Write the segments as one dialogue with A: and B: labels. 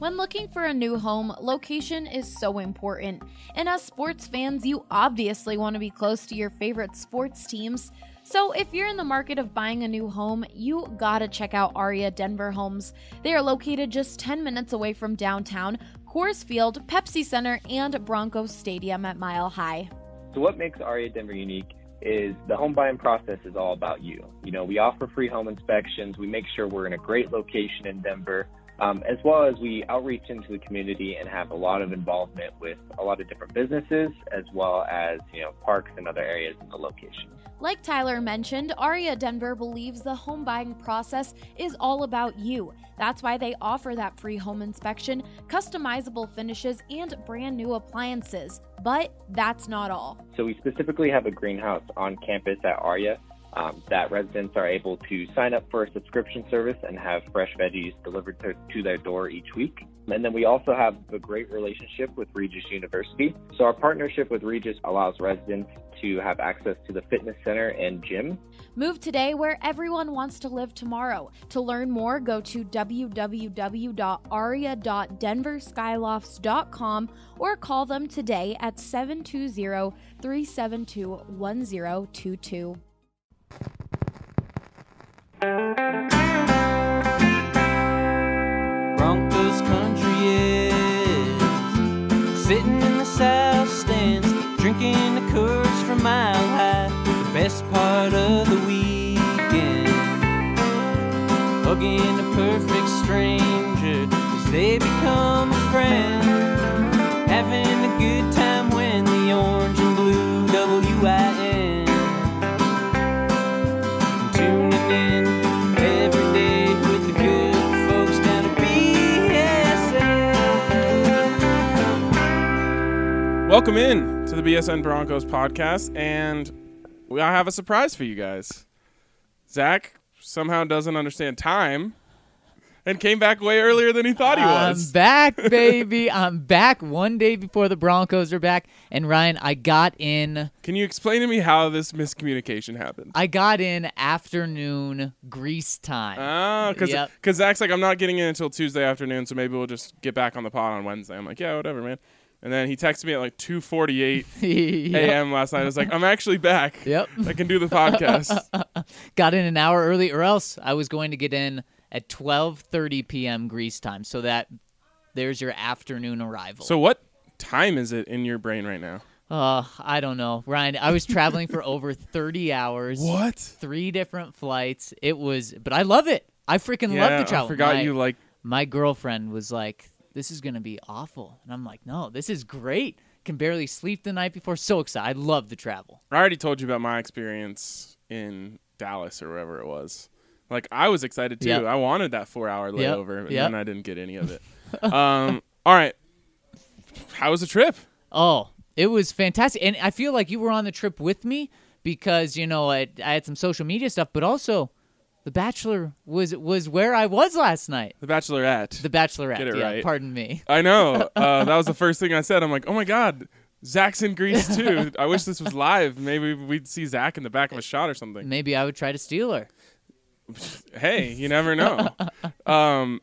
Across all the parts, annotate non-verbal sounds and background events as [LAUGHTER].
A: When looking for a new home, location is so important. And as sports fans, you obviously want to be close to your favorite sports teams. So, if you're in the market of buying a new home, you gotta check out Aria Denver Homes. They are located just 10 minutes away from downtown, Coors Field, Pepsi Center, and Broncos Stadium at Mile High.
B: So, what makes Aria Denver unique is the home buying process is all about you. You know, we offer free home inspections, we make sure we're in a great location in Denver. Um, as well as we outreach into the community and have a lot of involvement with a lot of different businesses, as well as you know parks and other areas in the location.
A: Like Tyler mentioned, Aria Denver believes the home buying process is all about you. That's why they offer that free home inspection, customizable finishes, and brand new appliances. But that's not all.
B: So we specifically have a greenhouse on campus at Aria um, that residents are able to sign up for a subscription service and have fresh veggies delivered to, to, their door each week. And then we also have a great relationship with Regis University. So our partnership with Regis allows residents to have access to the fitness center and gym.
A: Move today where everyone wants to live tomorrow. To learn more, go to www.aria.denverskylofts.com or call them today at 720 372 1022.
C: Broncos country is sitting in the south stands, drinking the curves from mile high. The best part of the weekend, hugging a perfect stranger as they become a friend. Having a good time when the orange and blue WIN.
D: Welcome in to the BSN Broncos podcast, and we I have a surprise for you guys. Zach somehow doesn't understand time and came back way earlier than he thought he was.
E: I'm
D: [LAUGHS]
E: back, baby. I'm back one day before the Broncos are back. And Ryan, I got in.
D: Can you explain to me how this miscommunication happened?
E: I got in afternoon grease time.
D: Oh, because
E: Yep.
D: Zach's like, I'm not getting in until Tuesday afternoon, so maybe we'll just get back on the pod on Wednesday. I'm like, yeah, whatever, man. And then he texted me at
E: [LAUGHS]
D: like 2:48
E: yep.
D: a.m. last night. I was like, I'm actually back.
E: Yep.
D: I can do the Uh,
E: [LAUGHS]
D: podcast.
E: Got in an hour early, or else I was going to get in at 12:30 p.m. grease time. So that there's your afternoon arrival.
D: so what time is it in your brain right now?
E: uh, I don't know, Ryan. I was traveling for over 30 hours.
D: What?
E: Three different flights. It was, but I love it. I freaking
D: yeah,
E: love the travel.
D: I forgot
E: My-
D: you like
E: my girlfriend was like, "This is gonna be awful," and I'm like, "No, this is great. Can barely sleep the night before. So excited. I love the travel.
D: I already told you about my experience in Dallas or wherever it was. Like I was excited too.
E: Yep.
D: I wanted that four hour
E: Yep.
D: layover, and
E: Yep.
D: then I didn't get
E: [LAUGHS]
D: any of it. um, [LAUGHS] all right, how was the trip?
E: Oh, it was fantastic. And I feel like you were on the trip with me because you know I, I had some social media stuff, but also The Bachelor was was where I was last night.
D: The Bachelorette.
E: The Bachelorette.
D: Get it
E: yeah,
D: right.
E: pardon me.
D: I know uh, that was the first thing I said. I'm like, oh my god, Zach's in Greece too. I wish this was live. Maybe we'd see Zach in the back of a shot or something.
E: Maybe I would try to steal her.
D: Hey, you
E: [LAUGHS]
D: never know. um,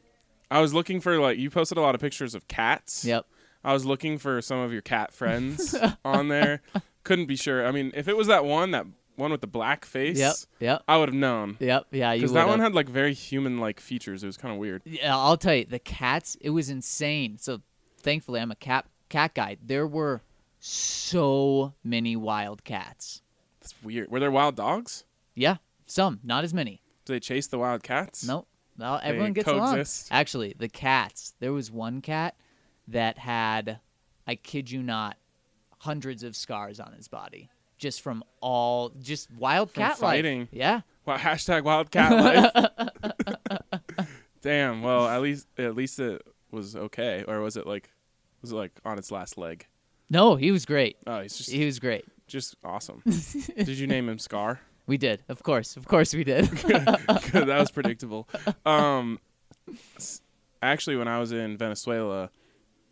D: I was looking for like you posted a lot of pictures of cats.
E: Yep.
D: I was looking for some of your
E: [LAUGHS]
D: cat friends on there. Couldn't be sure. I mean, if it was that one, that one with the black face,
E: Yep. Yep.
D: I would have known.
E: Yep. Yeah. You
D: Because that
E: would've.
D: one had like very human like features. It was kind of weird.
E: Yeah, I'll tell you, the cats, it was insane. So thankfully I'm a cat cat guy. There were so many wild cats.
D: That's weird. Were there wild dogs?
E: Yeah, some, not as many.
D: Do they chase the wild cats?
E: Nope. Well, everyone gets
D: coexist.
E: along. Actually, the cats, there was one cat that had I kid you not, hundreds of scars on his body. Just from all just wild cat
D: fighting.
E: life. Yeah.
D: Wow, hashtag wild cat life.
E: [LAUGHS]
D: Damn. Well, at least at least it was okay. Or was it like was it like on its last leg?
E: No, he was great.
D: Oh, he's just
E: He was great.
D: just
E: [LAUGHS]
D: awesome. Did you name him Scar?
E: We did. Of course. Of course we did. [LAUGHS]
D: [LAUGHS] that was predictable. Um, s- actually, when I was in Venezuela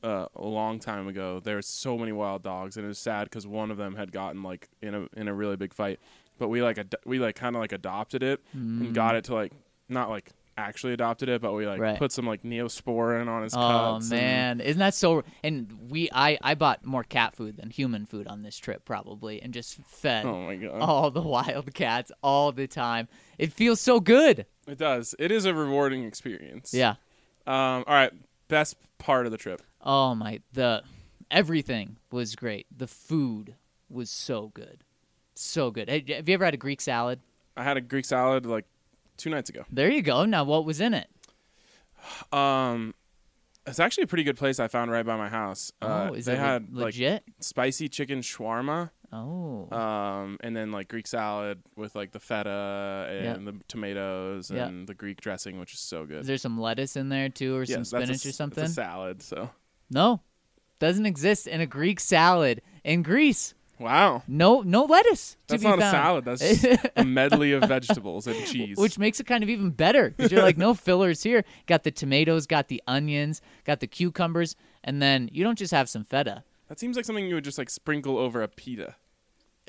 D: uh, a long time ago, there were so many wild dogs, and it was sad because one of them had gotten like in a in a
E: Mm.
D: really big fight. But we like ad- we like kind of like adopted it and got it to like not like actually adopted it, but we like
E: Right.
D: put some like neosporin on his
E: Oh
D: cuts. and-
E: man, isn't that so? And we, I, I bought more cat food than human food on this trip probably, and just fed
D: oh my god.
E: all the wild cats all the time. It feels so good.
D: It does. It is a rewarding experience.
E: Yeah.
D: Um. All right. Best part of the trip.
E: Oh my, the everything was great. The food was so good, so good. Hey, Have you ever had a Greek salad?
D: I had a Greek salad like two nights ago.
E: There you go. Now what was in it?
D: Um, it's actually a pretty good place I found right by my house. uh,
E: oh, is
D: they
E: it le-
D: had like
E: legit?
D: spicy chicken shawarma,
E: oh,
D: um, and then like Greek salad with like the feta
E: Yeah.
D: and the tomatoes
E: Yeah.
D: and the Greek dressing, which is so good.
E: is there some lettuce in there too, or
D: Yeah,
E: some
D: so that's a
E: spinach
D: s-
E: or
D: it's
E: something?
D: a salad. So
E: No, doesn't exist in a Greek salad in Greece.
D: wow,
E: No, no lettuce. to
D: that's
E: be
D: not a
E: found. [LAUGHS]
D: salad. That's just a medley of vegetables and cheese.
E: Which makes it kind of even better because you're like,
D: [LAUGHS]
E: no fillers here. Got the tomatoes, got the onions, got the cucumbers, and then you don't just have some feta.
D: that seems like something you would just like sprinkle over a pita.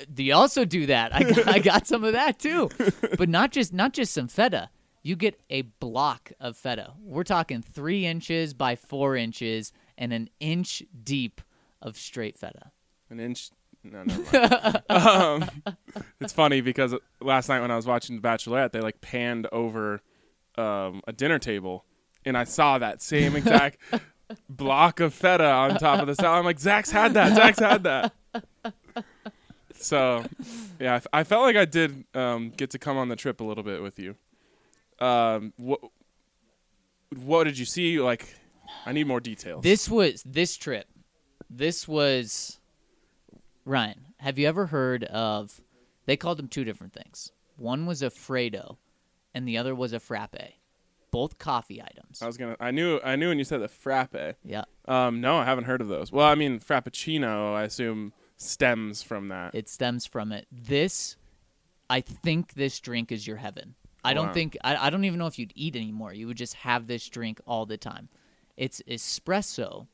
E: They also do that. I got, I got some of that too,
D: [LAUGHS]
E: but not just not just some feta. You get a block of feta. We're talking three inches by four inches and an inch deep of straight feta.
D: An inch. No, never mind. [LAUGHS] um, it's funny because last night when I was watching The Bachelorette, they like panned over um, a dinner table, and I saw that same exact block of feta on top of the salad. I'm like, Zach's had that. Zach's had that. So, yeah, I f- I, felt like I did um, get to come on the trip a little bit with you. Um, what what did you see? Like, I need more details.
E: This was this trip. This was Ryan. Have you ever heard of? They called them two different things. One was a Fredo, and the other was a Frappe. Both coffee items.
D: I was gonna. I knew. I knew when you said the frappe.
E: yeah,
D: Um, no, I haven't heard of those. Well, I mean, Frappuccino, I assume, stems from that.
E: it stems from it. This, I think, this drink is your heaven. I don't
D: Wow.
E: think. I, I don't even know if you'd eat anymore. You would just have this drink all the time. It's espresso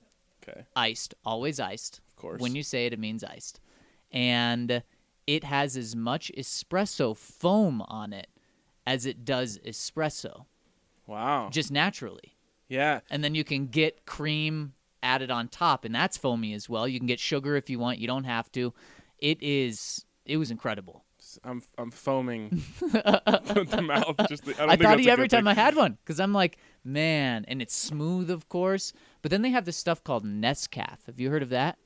D: okay.
E: iced, always iced. Of
D: course.
E: When you say it, it means iced. And it has as much espresso foam on it as it does espresso,
D: Wow.
E: just naturally.
D: yeah.
E: And then you can get cream added on top, and that's foamy as well. You can get sugar if you want, you don't have to. It is, it was incredible.
D: I'm
E: [LAUGHS]
D: I'm foaming with the mouth. Just the, I, don't
E: I
D: think
E: thought
D: that's
E: he
D: a
E: every
D: good
E: time I had one because I'm like, man, and it's smooth, of course. But then they have this stuff called Nescaf. Have you heard of that?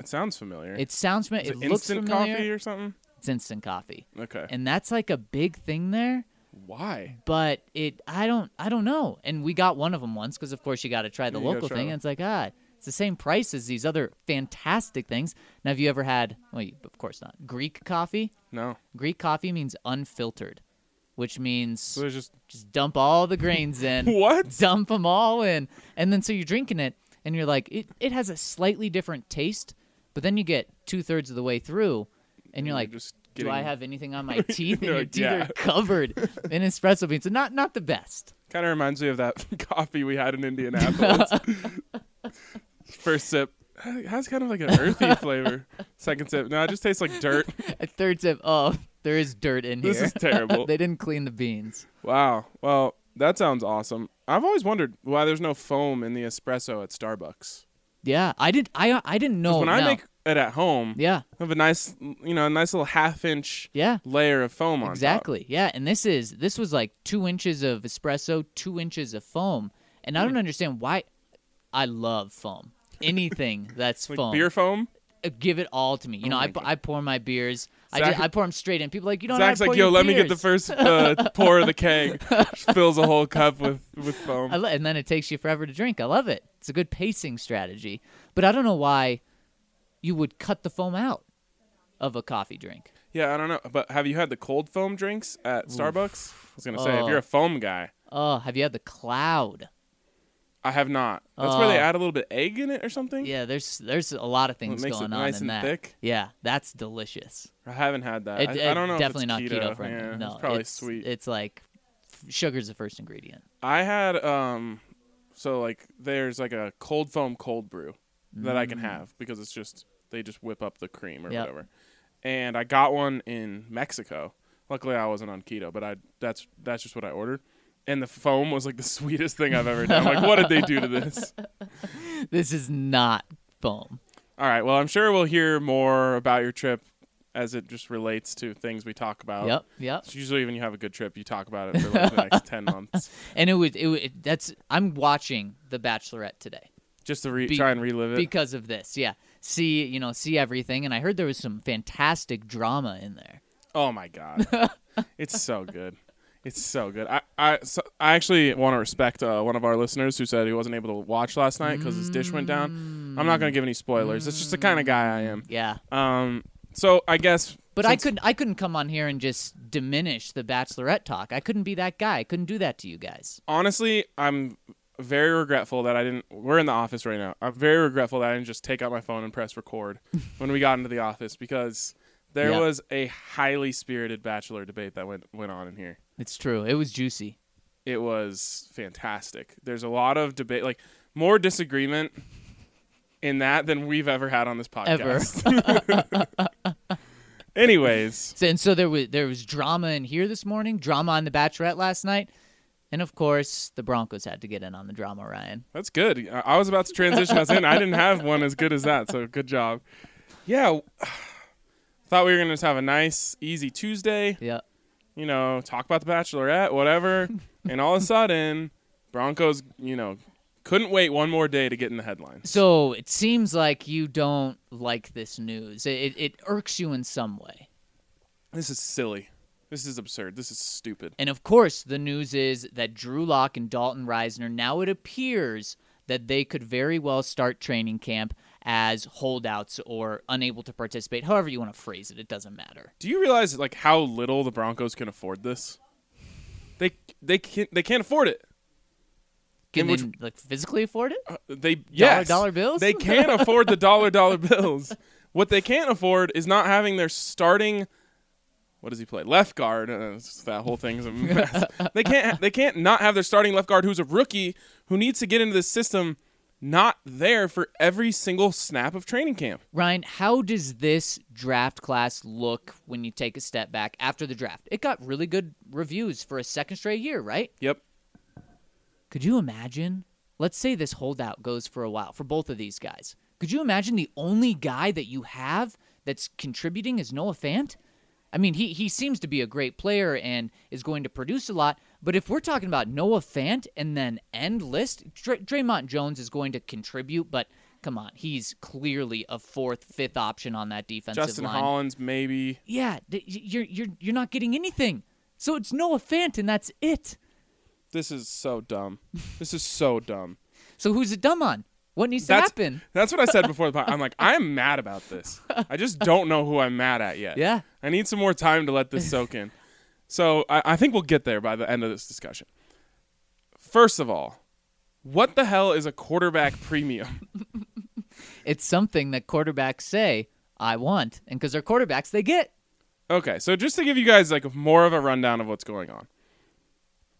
D: It sounds familiar.
E: It sounds familiar.
D: Is
E: It
D: it
E: looks
D: instant
E: familiar.
D: coffee or something.
E: It's instant coffee.
D: Okay.
E: and that's like a big thing there
D: Why?
E: but it i don't i don't know and we got one of them once because of course you got to try the
D: Yeah, you gotta
E: local
D: try
E: thing
D: them.
E: and it's like ah it's the same price as these other fantastic things now have you ever had well you, of course not greek coffee
D: No.
E: greek coffee means unfiltered which means
D: So there's just
E: just dump all the grains in
D: [LAUGHS] what?
E: dump them all in and then so you're drinking it and you're like it, it has a slightly different taste but then you get two-thirds of the way through and you're
D: You're
E: like
D: just
E: do i
D: getting-
E: have anything
D: [LAUGHS]
E: on my teeth and
D: You're
E: your
D: like,
E: teeth
D: yeah.
E: are covered
D: [LAUGHS]
E: in espresso beans so not not the best
D: Kind of reminds me of that [LAUGHS] coffee we had
E: [LAUGHS]
D: in Indianapolis. First sip. It has kind of like an
E: [LAUGHS]
D: earthy flavor. Second sip. No, it just tastes like dirt.
E: a third sip oh there is dirt in here
D: This is
E: [LAUGHS]
D: terrible.
E: they didn't clean the beans
D: Wow. Well, that sounds awesome. I've always wondered why there's no foam in the espresso at Starbucks.
E: yeah i did i i didn't know
D: when I
E: no.
D: make it at home,
E: yeah
D: I have a nice, you know, a nice little half inch
E: yeah
D: layer of foam on top.
E: Exactly. Yeah, and this is this was like two inches of espresso, two inches of foam, and
D: Hmm.
E: I don't understand why. I love foam. Anything that's
D: [LAUGHS] Like
E: foam,
D: beer foam. Oh
E: Uh, give it all to me. You know, I, I pour my beers. I,
D: Zach-
E: just, I pour them straight in. People are like you don't.
D: Zach's
E: know how to pour
D: like, yo,
E: your
D: let me get the
E: beers."
D: first uh,
E: [LAUGHS]
D: pour of the keg. Fills a whole cup with with
E: I
D: foam.
E: lo- and then it takes you forever to drink. I love it. It's a good pacing strategy. But I don't know why you would cut the foam out of a coffee drink.
D: Yeah, I don't know, but have you had the cold foam drinks at Starbucks? I was gonna say, if
E: Oh.
D: you're a foam guy,
E: Oh, have you had the cloud?
D: I have not. That's where they
E: Oh.
D: add a little bit of egg in it or something.
E: Yeah, there's there's a lot of things
D: makes it
E: going on
D: nice
E: in
D: and
E: that.
D: thick.
E: Yeah, that's delicious.
D: I haven't had that.
E: It-
D: Uh, I,
E: it-
D: I don't know.
E: Definitely
D: if it's
E: not
D: keto.
E: keto friendly.
D: Yeah,
E: no,
D: it's probably
E: it's,
D: sweet.
E: It's like f- sugar's the first ingredient.
D: I had um so like there's like a cold foam cold brew that I can have because it's just they just whip up the cream or
E: Mm. Yep.
D: whatever. And I got one in Mexico. Luckily I wasn't on keto, but I that's that's just what I ordered. and the foam was like the [LAUGHS] sweetest thing I've ever done. Like, what did they do to
E: [LAUGHS]
D: this?
E: This is not foam.
D: All right. Well, I'm sure we'll hear more about your trip as it just relates to things we talk about.
E: Yep, yep.
D: It's usually when you have a good trip, you talk about it for like
E: [LAUGHS]
D: the next ten months.
E: And it was it, wa- it that's I'm watching The Bachelorette today
D: Just to re-
E: Be-
D: try and relive it.
E: because of this. Yeah. See, you know, see everything and I heard there was some fantastic drama in there.
D: Oh my god, it's so good. It's so good. I I, so, I actually want to respect uh, one of our listeners who said he wasn't able to watch last night because his dish went down. I'm not going to give any spoilers. It's just the kind of guy I am.
E: Mm, Yeah.
D: Um. So I guess.
E: But I
D: since-
E: couldn't I couldn't come on here and just diminish the bachelorette talk. I couldn't be that guy. I couldn't do that to you guys.
D: honestly, I'm very regretful that I didn't. We're in the office right now. I'm very regretful that I didn't just take out my phone and press record when we got into the office because there
E: Yeah.
D: was a highly spirited bachelor debate that went went on in here.
E: It's true. It was juicy.
D: It was fantastic. There's a lot of debate, like more disagreement in that than we've ever had on this podcast. [LAUGHS] Anyways,
E: So, and so there was there was drama in here this morning, drama on the Bachelorette last night, and of course the Broncos had to get in on the drama. Ryan,
D: That's good. I I was about to transition us in. I didn't have one as good as that, so good job. Yeah, [SIGHS] thought we were gonna just have a nice, easy Tuesday.
E: yeah,
D: You know, talk about the Bachelorette, whatever. and all of a sudden, Broncos. You know, couldn't wait one more day to get in the headlines.
E: So it seems like you don't like this news. It, it, it irks you in some way.
D: This is silly. This is absurd. This is stupid.
E: And of course, the news is that Drew Lock and Dalton Reisner now it appears that they could very well start training camp as holdouts or unable to participate. However you want to phrase it, it doesn't matter.
D: Do you realize like how little the Broncos can afford this? They they can't they can't afford it.
E: Can
D: And
E: they
D: which- Uh,
E: like physically afford it?
D: They yes,
E: dollar bills? [LAUGHS]
D: They can't afford the dollar dollar bills. What they can't afford is not having their starting. What does he play? Left guard. Uh, it's just that whole thing's
E: [LAUGHS]
D: a mess. they can't. They can't not have their starting left guard, who's a rookie who needs to get into this system, not there for every single snap of training camp.
E: Ryan, how does this draft class look when you take a step back after the draft? It got really good reviews for a second straight year, right?
D: Yep.
E: Could you imagine? Let's say this holdout goes for a while for both of these guys. Could you imagine the only guy that you have that's contributing is Noah Fant? I mean, he, he seems to be a great player and is going to produce a lot. But if we're talking about Noah Fant and then end list, Dr- Draymond Jones is going to contribute. But come on, he's clearly a fourth, fifth option on that defensive
D: Justin
E: line.
D: Hollins, maybe.
E: Yeah, th- y- you're you're you're not getting anything. So it's Noah Fant and that's it.
D: This is so dumb. This is so dumb.
E: So who's it dumb on? What needs to
D: That's-
E: happen?
D: That's what I said before the pod.
E: [LAUGHS]
D: I'm like, I'm mad about this. I just don't know who I'm mad at yet.
E: Yeah.
D: I need some more time to let this soak in. So I, I think we'll get there by the end of this discussion. First of all, what the hell is a quarterback premium?
E: [LAUGHS] It's something that quarterbacks say, I want. And because they're quarterbacks, they get.
D: Okay, so just to give you guys like more of a rundown of what's going on.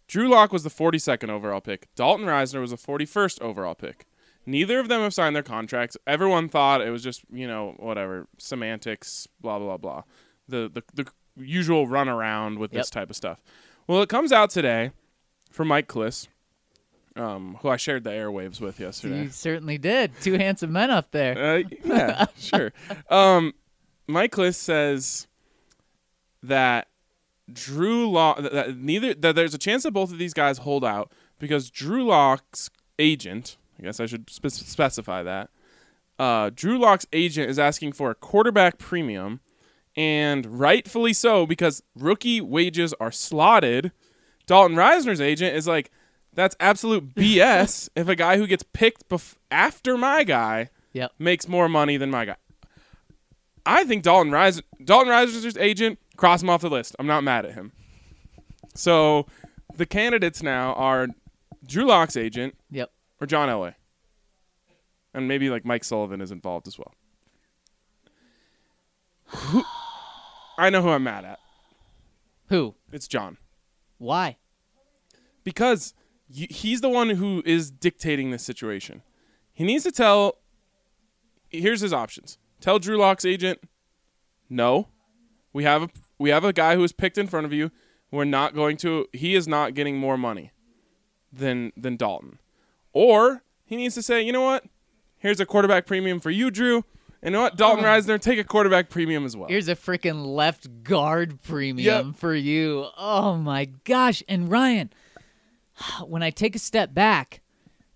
D: Drew Lock was the 42nd overall pick. Dalton Reisner was the 41st overall pick. Neither of them have signed their contracts. Everyone thought it was just, you know, whatever, semantics, blah blah blah. The the, the usual runaround with this
E: Yep.
D: type of stuff. Well, it comes out today from Mike Kliss, um, who I shared the airwaves with yesterday.
E: You certainly did. Two [LAUGHS] handsome men up there.
D: Uh, [LAUGHS] yeah, sure. Um, Mike List says that Drew Lock that neither that there's a chance that both of these guys hold out because Drew Lock's agent, I guess I should spe- specify that. Uh, Drew Lock's agent is asking for a quarterback premium, and rightfully so because rookie wages are slotted. Dalton Reisner's agent is like, that's
E: [LAUGHS]
D: absolute BS. if a guy who gets picked bef- after my guy
E: Yep.
D: makes more money than my guy. I think Dalton Rise Dalton Riser's agent, cross him off the list. I'm not mad at him. So the candidates now are Drew Locke's agent
E: Yep.
D: or John Elway. And maybe like Mike Sullivan is involved as well. Who- I know who I'm mad at.
E: Who?
D: It's John.
E: Why?
D: because y- he's the one who is dictating this situation. He needs to tell. Here's his options: tell Drew Locke's agent, no, we have a we have a guy who was picked in front of you. We're not going to. He is not getting more money than than Dalton, or he needs to say, you know what? Here's a quarterback premium for you, Drew. And you know what,
E: Oh.
D: Dalton Reisner, take a quarterback premium as well.
E: Here's a freaking left guard premium for you. Oh my gosh. And Ryan, [SIGHS] when I take a step back,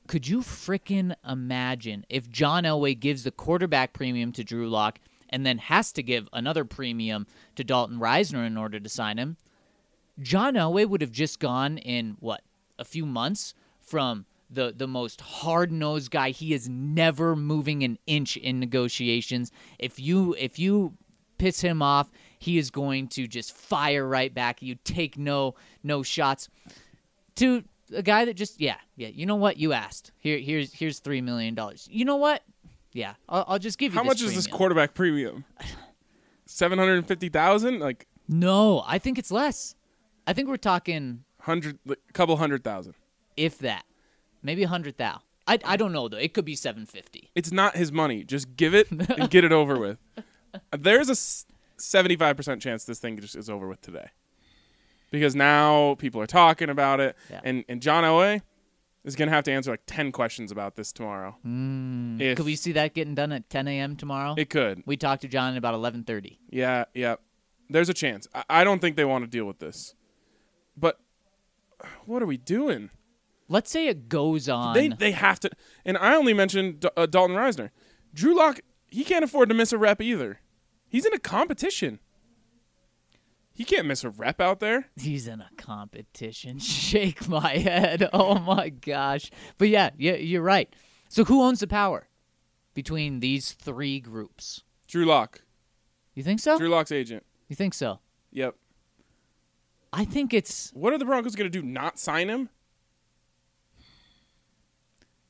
E: could you freaking imagine if John Elway gives the quarterback premium to Drew Lock and then has to give another premium to Dalton Reisner in order to sign him? John Elway would have just gone in what a few months from the the most hard nosed guy. He is never moving an inch in negotiations. If you if you piss him off, he is going to just fire right back at you. Take no no shots to a guy that just yeah yeah. You know what you asked here here's here's three million dollars. You know what yeah I'll, I'll just give you
D: How
E: this
D: much is this
E: premium.
D: quarterback premium? Seven hundred and fifty thousand, like
E: No, I think it's less. I think we're talking
D: hundred, like, couple hundred thousand.
E: if that, maybe a hundred thou. I, I don't know though. It could be seven fifty.
D: It's not his money. Just give it and get it
E: [LAUGHS]
D: over with. There's a seventy-five percent chance this thing just is over with today, because now people are talking about it,
E: Yeah.
D: and and John Elway is gonna have to answer like ten questions about this tomorrow. If
E: Mm. Could we see that getting done at 10 a.m. tomorrow?
D: Hmm. It could.
E: we talked to John at about 11:30.
D: Yeah, yeah. There's a chance. I, I don't think they want to deal with this, but what are we doing?
E: Let's say it goes on.
D: They they have to. And I only mentioned D- uh, Dalton Reisner. Drew Lock he can't afford to miss a rep either. He's in a competition. He can't miss a rep out there.
E: He's in a competition. [LAUGHS] Shake my head. Oh my gosh. But yeah, yeah, you're right. So who owns the power between these three groups?
D: Drew Lock,
E: You think so?
D: Drew Lock's agent.
E: You think so?
D: Yep.
E: I think it's
D: What are the Broncos going to do? Not sign him?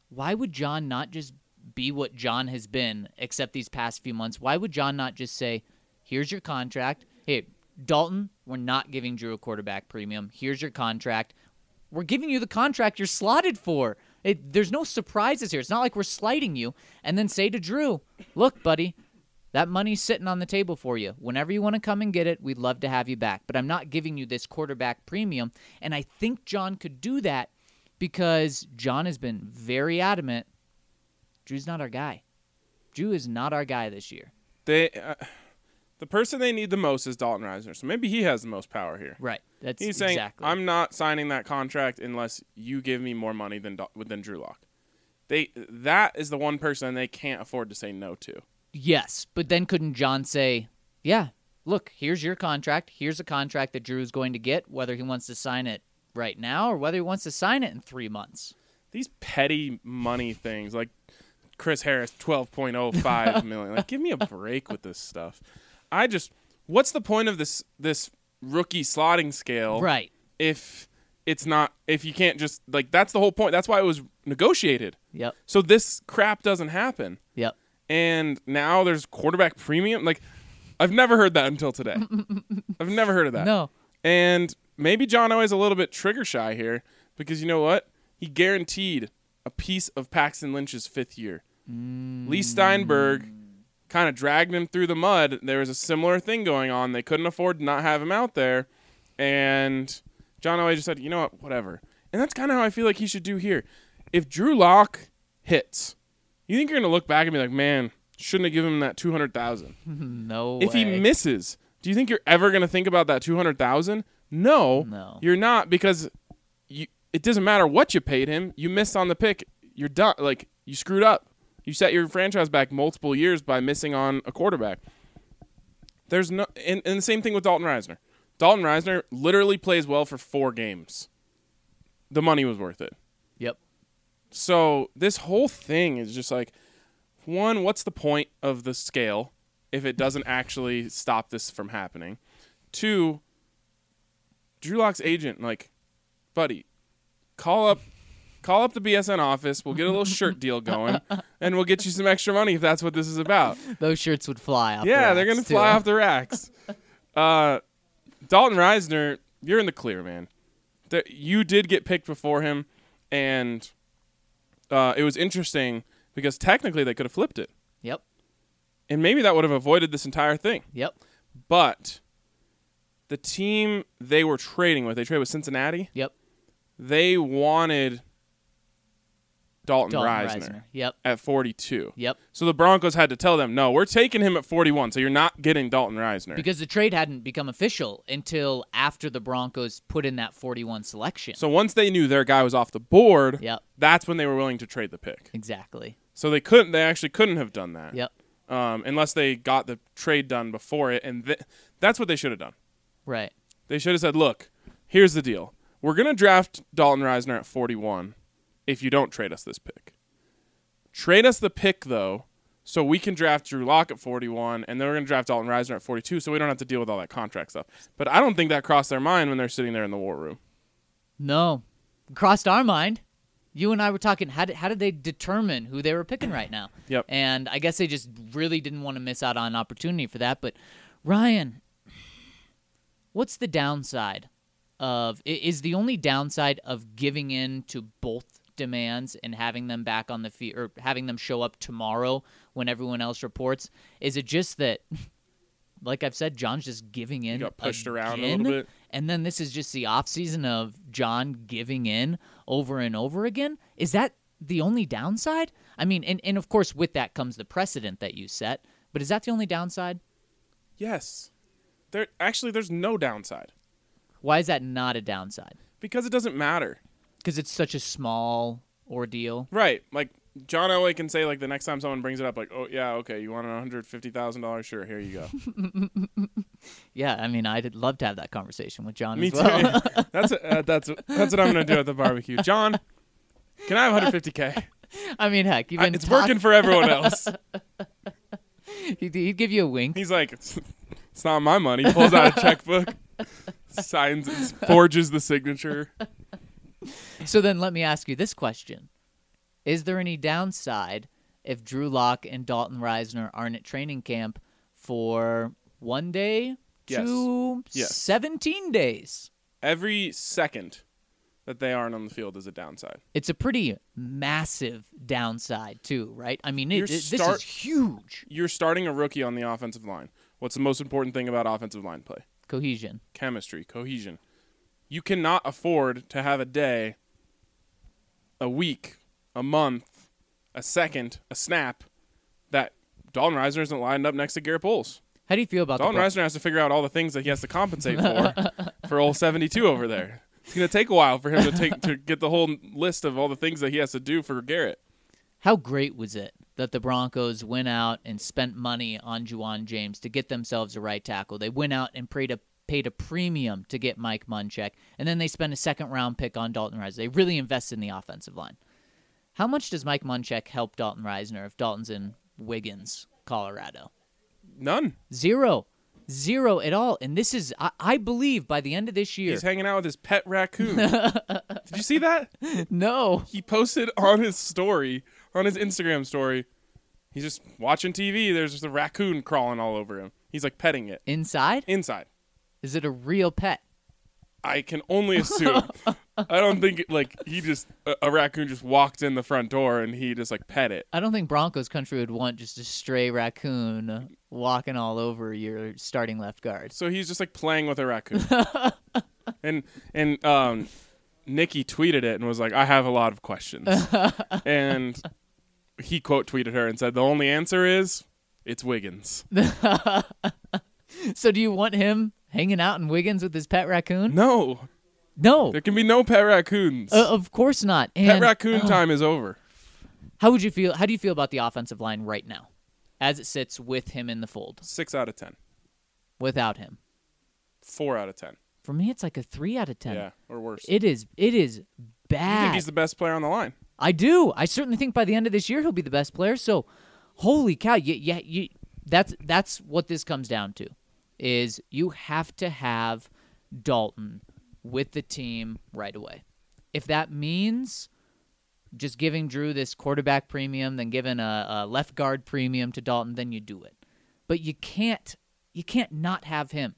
E: why would John not just be what John has been, except these past few months? Why would John not just say, here's your contract? Hey, Dalton, we're not giving Drew a quarterback premium. Here's your contract. We're giving you the contract you're slotted for. It, there's no surprises here. It's not like we're slighting you. And then say to Drew, look, buddy, that money's sitting on the table for you. Whenever you want to come and get it, we'd love to have you back. But I'm not giving you this quarterback premium. And I think John could do that because John has been very adamant Drew's not our guy. Drew is not our guy this year.
D: They uh, the person they need the most is Dalton Reisner. So maybe he has the most power here.
E: Right. That's
D: He's saying,
E: exactly.
D: "I'm not signing that contract unless you give me more money than Dal- than Drew Lock." They that is the one person they can't afford to say no to.
E: yes, but then couldn't John say, "Yeah, look, here's your contract. Here's a contract that Drew is going to get whether he wants to sign it right now or whether he wants to sign it in 3 months."
D: These petty money things like Chris Harris
E: [LAUGHS]
D: 12.05 million. Like give me a break with this stuff. I just what's the point of this this rookie slotting scale
E: Right.
D: if it's not if you can't just like that's the whole point. That's why it was negotiated.
E: Yep.
D: So this crap doesn't happen.
E: Yep.
D: and now there's quarterback premium. Like, I've never heard that
E: [LAUGHS]
D: until today. [LAUGHS] I've never heard of that.
E: No.
D: And maybe John Elway's a little bit trigger shy here because you know what? He guaranteed a piece of Paxton Lynch's fifth year. Lee Steinberg kind of dragged him through the mud. There was a similar thing going on. They couldn't afford to not have him out there. And John Elway just said, you know what? Whatever. And that's kind of how I feel like he should do here. If Drew Lock hits, you think you're going to look back and be like, man, shouldn't have given him that 200000
E: [LAUGHS] No
D: if he
E: way.
D: misses, do you think you're ever going to think about that 200,000? No.
E: No.
D: You're not because you it doesn't matter what you paid him. You missed on the pick. You're done. Like you screwed up. You set your franchise back multiple years by missing on a quarterback. There's no and, and the same thing with Dalton Reisner. Dalton Reisner literally plays well for 4 games. The money was worth it.
E: Yep.
D: So this whole thing is just like, one, what's the point of the scale if it doesn't actually stop this from happening? Two, Drew Lock's agent, like, buddy, call up, call up the BSN office. We'll get a little shirt deal going, and we'll get you some extra money if that's what this is about.
E: Those shirts would fly off. the
D: yeah, they're
E: racks,
D: gonna
E: too.
D: fly off
E: [LAUGHS]
D: the racks. Uh, Dalton Reisner, you're in the clear, man. There- you did get picked before him, and uh, it was interesting because technically they could have flipped it,
E: Yep.
D: and maybe that would have avoided this entire thing.
E: Yep.
D: But the team they were trading with, they traded with Cincinnati.
E: Yep.
D: They wanted Dalton,
E: Dalton
D: Reisner,
E: Reisner. Yep.
D: at 42.
E: Yep.
D: So the Broncos had to tell them, no, we're taking him at 41. So you're not getting Dalton Reisner.
E: Because the trade hadn't become official until after the Broncos put in that 41 selection.
D: so once they knew their guy was off the board,
E: Yep.
D: that's when they were willing to trade the pick.
E: exactly.
D: So they couldn't. They actually couldn't have done that.
E: Yep.
D: Um, unless they got the trade done before it, and th- that's what they should have done.
E: Right.
D: They should have said, "Look, here's the deal. We're gonna draft Dalton Reisner at 41 if you don't trade us this pick. Trade us the pick though, so we can draft Drew Lock at 41, and then we're gonna draft Dalton Reisner at 42, so we don't have to deal with all that contract stuff." But I don't think that crossed their mind when they're sitting there in the war room.
E: No. Crossed our mind. You and I were talking. How did, how did they determine who they were picking right now?
D: Yep.
E: And I guess they just really didn't want to miss out on an opportunity for that. But Ryan, what's the downside of i- is the only downside of giving in to both demands and having them back on the feet or having them show up tomorrow when everyone else reports? Is it just that, [LAUGHS] like I've said, John's just giving in?
D: got pushed around a little
E: again?
D: bit.
E: and then this is just the off season of John giving in over and over again. Is that the only downside? I mean, and, and of course with that comes the precedent that you set. But is that the only downside?
D: Yes, there actually there's no downside
E: Why is that not a downside?
D: because it doesn't matter.
E: Because it's such a small ordeal. [LAUGHS]
D: Right. Like John Elway can say like the next time someone brings it up, like, oh yeah, okay, you want an hundred fifty thousand dollars? Sure, here you go.
E: Yeah, I mean, I'd love to have that conversation with John
D: Me
E: as well.
D: too. [LAUGHS] that's uh, that's that's what I'm gonna do at the barbecue. John, can I have hundred fifty k?
E: [LAUGHS]
D: [LAUGHS]
E: I mean, heck, even
D: It's working for
E: [LAUGHS]
D: everyone else.
E: He'd, he'd give you a wink.
D: He's like, it's, it's not my money. Pulls out
E: [LAUGHS]
D: a checkbook, signs, it, forges the signature.
E: So then let me ask you this question. Is there any downside if Drew Lock and Dalton Reisner aren't at training camp for one day
D: Yes.
E: to
D: Yes.
E: 17 days?
D: Every second that they aren't on the field is a downside.
E: It's a pretty massive downside, too, right? I mean, it,
D: Your
E: it- this
D: start-
E: is huge
D: You're starting a rookie on the offensive line. What's the most important thing about offensive line play?
E: cohesion.
D: chemistry, cohesion. You cannot afford to have a day, a week, a month, a second, a snap that Dalton Reisner isn't lined up next to Garrett Bowles.
E: How do you feel about
D: Dalton
E: the Bron-
D: Reisner has to figure out all the things that he has to
E: [LAUGHS]
D: compensate for for old 72 over there. It's going to take a while for him to take to get the whole list of all the things that he has to do for Garrett.
E: How great was it that the Broncos went out and spent money on Juwan James to get themselves a right tackle? They went out and paid a, paid a premium to get Mike Munchak, and then they spent a second round pick on Dalton Reisner. They really invested in the offensive line. How much does Mike Munchak help Dalton Reisner if Dalton's in Wiggins, Colorado?
D: None.
E: Zero, zero at all. And this is, I, I believe, by the end of this year.
D: He's hanging out with his pet
E: [LAUGHS]
D: raccoon. Did you see that?
E: no.
D: he posted on his story, on his Instagram story, he's just watching TV. There's just a raccoon crawling all over him. He's like petting it
E: Inside?
D: inside.
E: Is it a real pet?
D: I can only assume.
E: [LAUGHS]
D: I don't think like he just a, a raccoon just walked in the front door and he just like pet it.
E: I don't think Broncos country would want just a stray raccoon walking all over your starting left guard.
D: So he's just like playing with a raccoon. and and um, Nikki tweeted it and was like, "I have a lot
E: [LAUGHS]
D: of questions." and he quote tweeted her and said, "The only answer is it's Wiggins."
E: [LAUGHS] So do you want him hanging out in Wiggins with his pet raccoon?
D: No,
E: [LAUGHS] No,
D: there can be no pet raccoons.
E: uh, of course not.
D: Pet
E: And oh.
D: raccoon time is over.
E: how would you feel? How do you feel about the offensive line right now, as it sits with him in the fold?
D: Six out of ten.
E: Without him,
D: Four out of ten.
E: for me, it's like a three out of ten.
D: Yeah, or worse.
E: It is. It is
D: I
E: bad.
D: think he's the best player on the line.
E: I do. I certainly think by the end of this year he'll be the best player. So, holy cow! Yeah, yeah, you, that's that's what this comes down to, is you have to have Dalton with the team right away. If that means just giving Drew this quarterback premium, then giving a, a left guard premium to Dalton, then you do it. But you can't you can't not have him.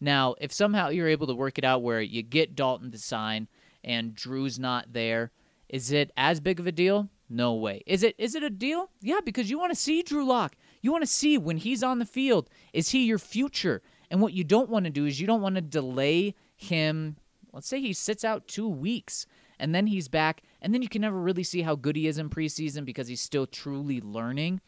E: Now, if somehow you're able to work it out where you get Dalton to sign and Drew's not there, is it as big of a deal? No way. Is it is it a deal? Yeah, because you want to see Drew Lock. You want to see when he's on the field, is he your future? And what you don't want to do is you don't want to delay him. Let's say he sits out two weeks and then he's back, and then you can never really see how good he is in preseason because he's still truly learning.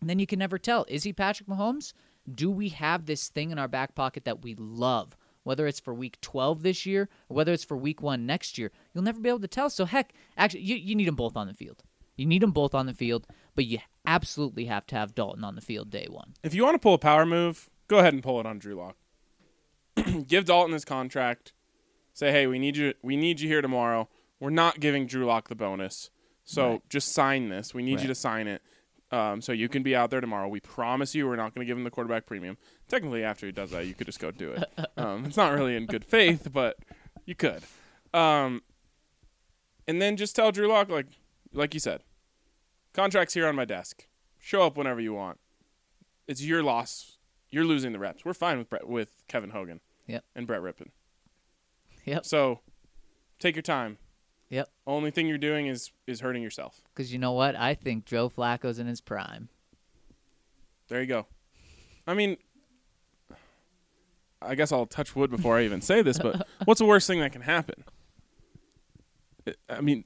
E: And then you can never tell is he Patrick Mahomes? Do we have this thing in our back pocket that we love? Whether it's for week 12 this year or whether it's for week one next year, you'll never be able to tell. So, heck, actually, you, you need them both on the field. You need them both on the field, but you absolutely have to have Dalton on the field day one.
D: If you want to pull a power move, go ahead and pull it on Drew Lock. [CLEARS THROAT] Give Dalton his contract. Say, hey, we need you. We need you here tomorrow. We're not giving Drew Lock the bonus, so just sign this. We need you
E: Right.
D: to sign it, um, so you can be out there tomorrow. We promise you, we're not going to give him the quarterback premium. Technically, after he does that, you could just go do it. um, it's not really in good faith, but you could. Um, and then just tell Drew Lock like, like you said, contract's here on my desk. Show up whenever you want. It's your loss. You're losing the reps. We're fine with Brett, with Kevin Hogan.
E: Yep.
D: And Brett Rippon.
E: Yep.
D: So take your time.
E: Yep.
D: Only thing you're doing is is hurting yourself.
E: Because you know what? I think Joe Flacco's in his prime.
D: There you go. I mean, I guess I'll touch wood before I even say
E: [LAUGHS]
D: this, but what's the worst thing that can happen? I- I mean,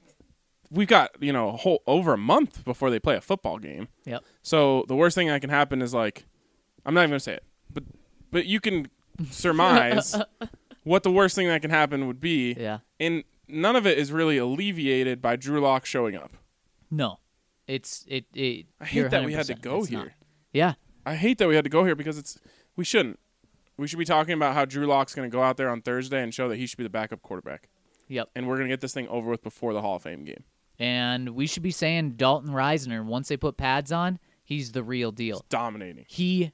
D: we've got you know a whole over a month before they play a football game.
E: Yep.
D: So the worst thing that can happen is like, I'm not even gonna say it, but but you
E: [LAUGHS]
D: can surmise what the worst thing that can happen would be.
E: Yeah.
D: And none of it is really alleviated by Drew Lock showing up.
E: No. It's it it
D: I
E: you're
D: hate that we had to
E: 100%.
D: go
E: It's not.
D: here.
E: Yeah.
D: I hate that we had to go here because it's we shouldn't. We should be talking about how Drew Lock's going to go out there on Thursday and show that he should be the backup quarterback,
E: Yep.
D: and we're going to get this thing over with before the Hall of Fame game.
E: And we should be saying Dalton Reisner once they put pads on, he's the real deal.
D: Dominating.
E: He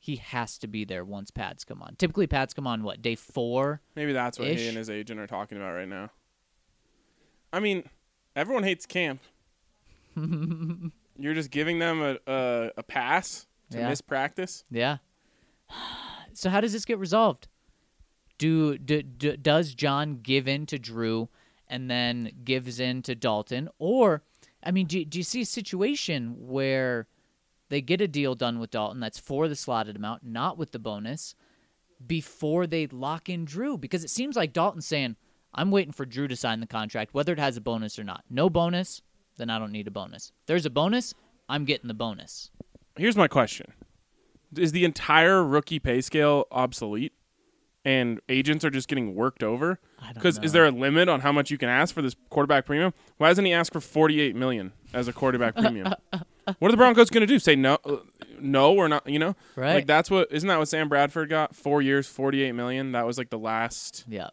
E: he has to be there once pads come on. Typically pads come on what? Day 4?
D: Maybe that's what
E: Ish.
D: he and his agent are talking about right now. I mean, everyone hates camp.
E: [LAUGHS]
D: You're just giving them a a, a pass to
E: Yeah.
D: miss practice.
E: Yeah. [SIGHS] So how does this get resolved? Do, do, do does John give in to Drew and then gives in to Dalton, or I mean, do do you see a situation where they get a deal done with Dalton that's for the slotted amount, not with the bonus, before they lock in Drew? Because it seems like Dalton's saying, "I'm waiting for Drew to sign the contract, whether it has a bonus or not. No bonus, then I don't need a bonus. If there's a bonus, I'm getting the bonus."
D: Here's my question: Is the entire rookie pay scale obsolete, and agents are just getting worked over?
E: I don't
D: Because is
E: know.
D: there a limit on how much you can ask for this quarterback premium? Why doesn't he ask for forty-eight million as a quarterback
E: [LAUGHS]
D: premium? what are the Broncos going to do? Say no, uh, no, we're not. You know,
E: Right.
D: Like that's what isn't that what Sam Bradford got? Four years, forty-eight million. That was like the last
E: Yeah.